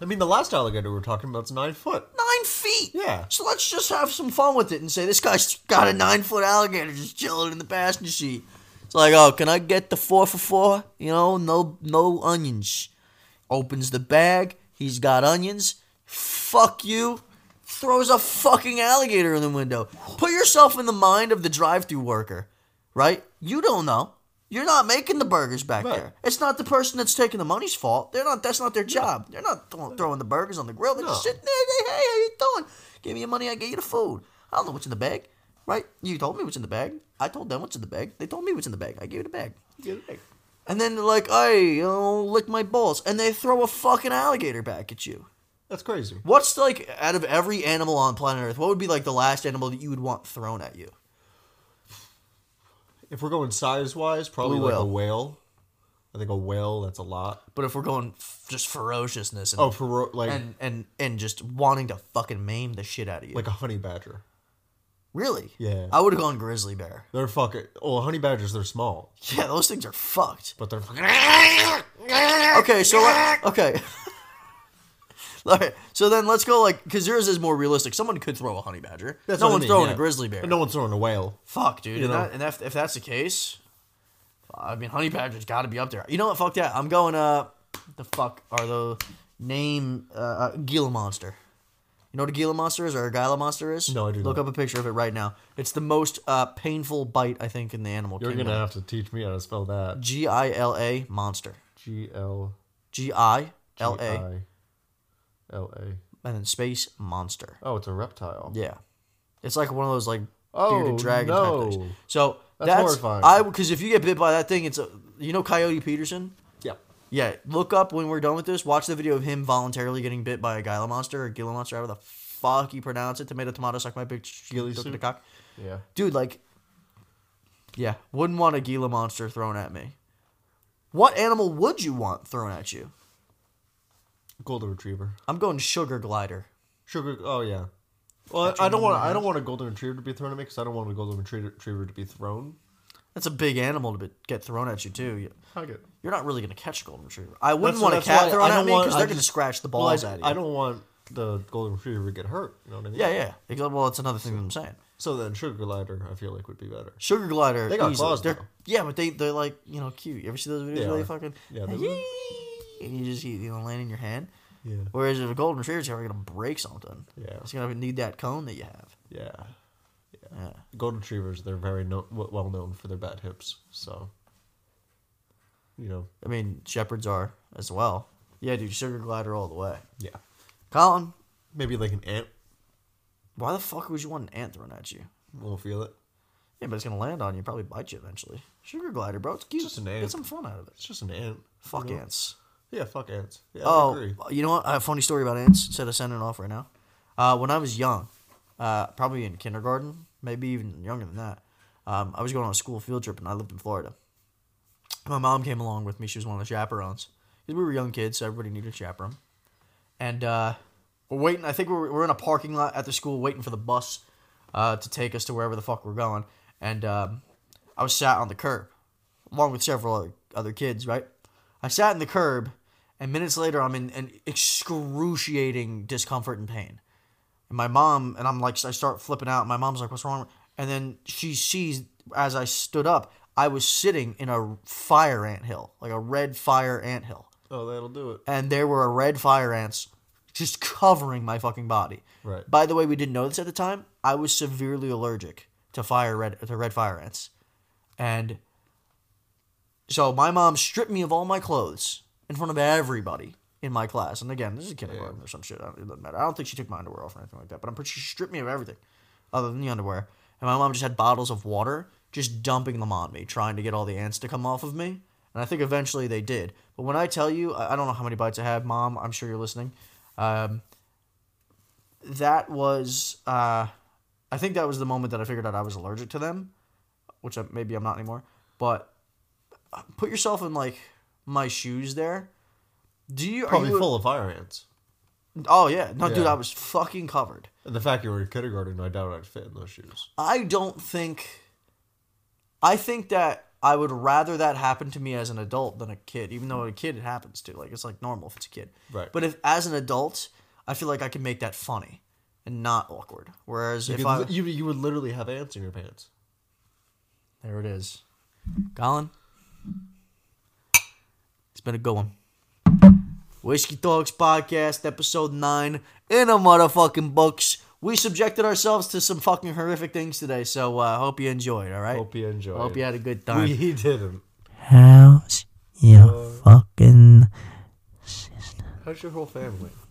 Speaker 2: I mean, the last alligator we were talking about's nine foot.
Speaker 1: nine feet.
Speaker 2: Yeah.
Speaker 1: So let's just have some fun with it and say this guy's got a nine foot alligator just chilling in the passenger seat. It's like, oh, can I get the four for four? You know, no no onions. Opens the bag, he's got onions. Fuck you. Throws a fucking alligator in the window. Put yourself in the mind of the drive through worker, right? You don't know. You're not making the burgers back
Speaker 2: Right.
Speaker 1: there. It's not the person that's taking the money's fault. They're not. That's not their job. They're not throwing, throwing the burgers on the grill. They're just
Speaker 2: No.
Speaker 1: sitting there. They, hey, how you doing? Give me your money. I get you the food. I don't know what's in the bag, right? You told me what's in the bag. I told them what's in the bag. They told me what's in the bag. I gave you the bag. And then they're like, hey, you know, lick my balls. And they throw a fucking alligator back at you.
Speaker 2: That's crazy.
Speaker 1: What's like out of every animal on planet Earth? What would be like the last animal that you would want thrown at you?
Speaker 2: If we're going size wise, probably
Speaker 1: Blue
Speaker 2: like a whale. I think a whale. That's a lot.
Speaker 1: But if we're going f- just ferociousness and
Speaker 2: Oh, for ro- like
Speaker 1: and and and just wanting to fucking maim the shit out of you.
Speaker 2: like a honey badger.
Speaker 1: really?
Speaker 2: Yeah.
Speaker 1: I would have gone grizzly bear.
Speaker 2: They're fucking. Oh, honey badgers. They're small,
Speaker 1: Yeah, those things are fucked.
Speaker 2: but they're fucking.
Speaker 1: Okay, so let- okay. All right, so then let's go like because yours is more realistic. Someone could throw a honey badger.
Speaker 2: That's
Speaker 1: no
Speaker 2: what I
Speaker 1: one's
Speaker 2: mean,
Speaker 1: throwing
Speaker 2: yeah.
Speaker 1: a grizzly bear.
Speaker 2: And no one's throwing a whale.
Speaker 1: Fuck, dude.
Speaker 2: You
Speaker 1: and
Speaker 2: know?
Speaker 1: that, and if, if that's the case, I mean, Honey Badger's got to be up there. You know what? Fuck that. I'm going, uh, the fuck are the name, uh, uh, Gila Monster. You know what a Gila Monster is or a Gila Monster is?
Speaker 2: No, I do
Speaker 1: Look
Speaker 2: not.
Speaker 1: up a picture of it right now. It's the most uh, painful bite, I think, in the animal
Speaker 2: You're
Speaker 1: kingdom.
Speaker 2: gonna have to teach me how to spell that.
Speaker 1: G I L A monster.
Speaker 2: G L
Speaker 1: G I L
Speaker 2: G
Speaker 1: A
Speaker 2: I L A.
Speaker 1: and then space monster.
Speaker 2: Oh, it's a reptile.
Speaker 1: Yeah, it's like one of those like
Speaker 2: Oh,
Speaker 1: bearded dragon type
Speaker 2: no.
Speaker 1: things. So
Speaker 2: That's
Speaker 1: that's,
Speaker 2: horrifying.
Speaker 1: I because if you get bit by that thing, it's a you know Coyote Peterson. Yeah, look up when we're done with this. Watch the video of him voluntarily getting bit by a Gila monster or Gila monster, however the fuck you pronounce it. Tomato, tomato, suck my big chili
Speaker 2: soup.
Speaker 1: cock.
Speaker 2: Yeah.
Speaker 1: Dude, like, yeah, wouldn't want a Gila monster thrown at me. What animal would you want thrown at you?
Speaker 2: Golden retriever.
Speaker 1: I'm going sugar glider.
Speaker 2: Sugar. Oh yeah. Well, I don't want. I don't want a golden retriever to be thrown at me because I don't want a golden retriever retriever to be thrown.
Speaker 1: That's a big animal to be, get thrown at you too. You-
Speaker 2: I get.
Speaker 1: You're not really gonna catch a golden retriever. I wouldn't
Speaker 2: That's-
Speaker 1: want a
Speaker 2: that's
Speaker 1: cat
Speaker 2: why
Speaker 1: thrown
Speaker 2: I
Speaker 1: at
Speaker 2: don't
Speaker 1: me
Speaker 2: want-
Speaker 1: because
Speaker 2: I
Speaker 1: they're gonna
Speaker 2: just-
Speaker 1: scratch the
Speaker 2: Well, I,
Speaker 1: balls out of you.
Speaker 2: I don't want the golden retriever to get hurt. You know what I mean?
Speaker 1: Yeah, yeah. Exa- Well, that's another thing that I'm saying.
Speaker 2: So then, sugar glider, I feel like would be better.
Speaker 1: Sugar glider.
Speaker 2: They got
Speaker 1: easily.
Speaker 2: claws,
Speaker 1: They're-
Speaker 2: though.
Speaker 1: Yeah, but they they're like you know cute. You ever see those videos
Speaker 2: They
Speaker 1: where they
Speaker 2: are.
Speaker 1: fucking
Speaker 2: Yeah, they-
Speaker 1: "Yee!" and you just you know land in your hand.
Speaker 2: Yeah.
Speaker 1: Whereas if a golden retriever's ever gonna break something,
Speaker 2: Yeah.
Speaker 1: it's gonna need that cone that you have.
Speaker 2: Yeah.
Speaker 1: Yeah.
Speaker 2: Golden retrievers, they're very no- w- well known for their bad hips. So, you know,
Speaker 1: I mean shepherds are as well. Yeah, dude, sugar glider all the way.
Speaker 2: yeah.
Speaker 1: Colin,
Speaker 2: Maybe like an ant
Speaker 1: why the fuck would you want an ant thrown at you?
Speaker 2: won't feel it.
Speaker 1: Yeah, but it's gonna land on you, probably bite you eventually. Sugar glider, bro, it's cute.
Speaker 2: Just an ant.
Speaker 1: Get some fun out of it.
Speaker 2: It's just an ant.
Speaker 1: Fuck
Speaker 2: you know?
Speaker 1: ants.
Speaker 2: Yeah, fuck ants. Yeah, I
Speaker 1: Oh,
Speaker 2: agree.
Speaker 1: you know what? I have a funny story about ants. Instead of sending it off right now, uh, when I was young, uh, probably in kindergarten, maybe even younger than that, um, I was going on a school field trip, and I lived in Florida. My mom came along with me. She was one of the chaperones because we were young kids, so everybody needed a chaperone. And uh, we're waiting. I think we're, we're in a parking lot at the school, waiting for the bus uh, to take us to wherever the fuck we're going. And um, I was sat on the curb, along with several other, other kids. Right, I sat in the curb, and minutes later, I'm in an excruciating discomfort and pain. And my mom and I'm like, I start flipping out. My mom's like, "What's wrong?" And then she sees as I stood up, I was sitting in a fire ant hill, like a red fire ant hill
Speaker 2: Oh, that'll do it.
Speaker 1: and there were red fire ants just covering my fucking body.
Speaker 2: Right.
Speaker 1: By the way, we didn't know this at the time. I was severely allergic to fire red to red fire ants, and so my mom stripped me of all my clothes in front of everybody in my class. And again, this is kindergarten or some shit. I don't, it doesn't matter. I don't think she took my underwear off or anything like that. But I'm pretty sure she stripped me of everything other than the underwear. And my mom just had bottles of water, just dumping them on me, trying to get all the ants to come off of me. And I think eventually they did. But when I tell you, I I don't know how many bites I had, mom. I'm sure you're listening. Um, that was, uh, I think that was the moment that I figured out I was allergic to them, which I, maybe I'm not anymore. But uh, put yourself in like my shoes there. Do you? Are
Speaker 2: Probably
Speaker 1: you
Speaker 2: full of fire ants.
Speaker 1: Oh yeah, no, dude,
Speaker 2: Yeah.
Speaker 1: I was fucking covered.
Speaker 2: And the fact you were in kindergarten, I doubt I'd fit in those shoes.
Speaker 1: I don't think. I think that I would rather that happen to me as an adult than a kid, even though a kid it happens to. Like it's like normal if it's a kid.
Speaker 2: Right.
Speaker 1: But if as an adult, I feel like I can make that funny and not awkward. Whereas
Speaker 2: You,
Speaker 1: if
Speaker 2: could
Speaker 1: I
Speaker 2: li- you, you would literally have ants in your pants.
Speaker 1: there it is, Colin. It's been a good one. Whiskey Talks Podcast, episode 9, in a motherfucking books. We subjected ourselves to some fucking horrific things today, so uh, hope you enjoyed, all right?
Speaker 2: Hope you enjoyed.
Speaker 1: Hope you had a good time.
Speaker 2: We didn't.
Speaker 1: How's your fucking.
Speaker 2: How's your whole family?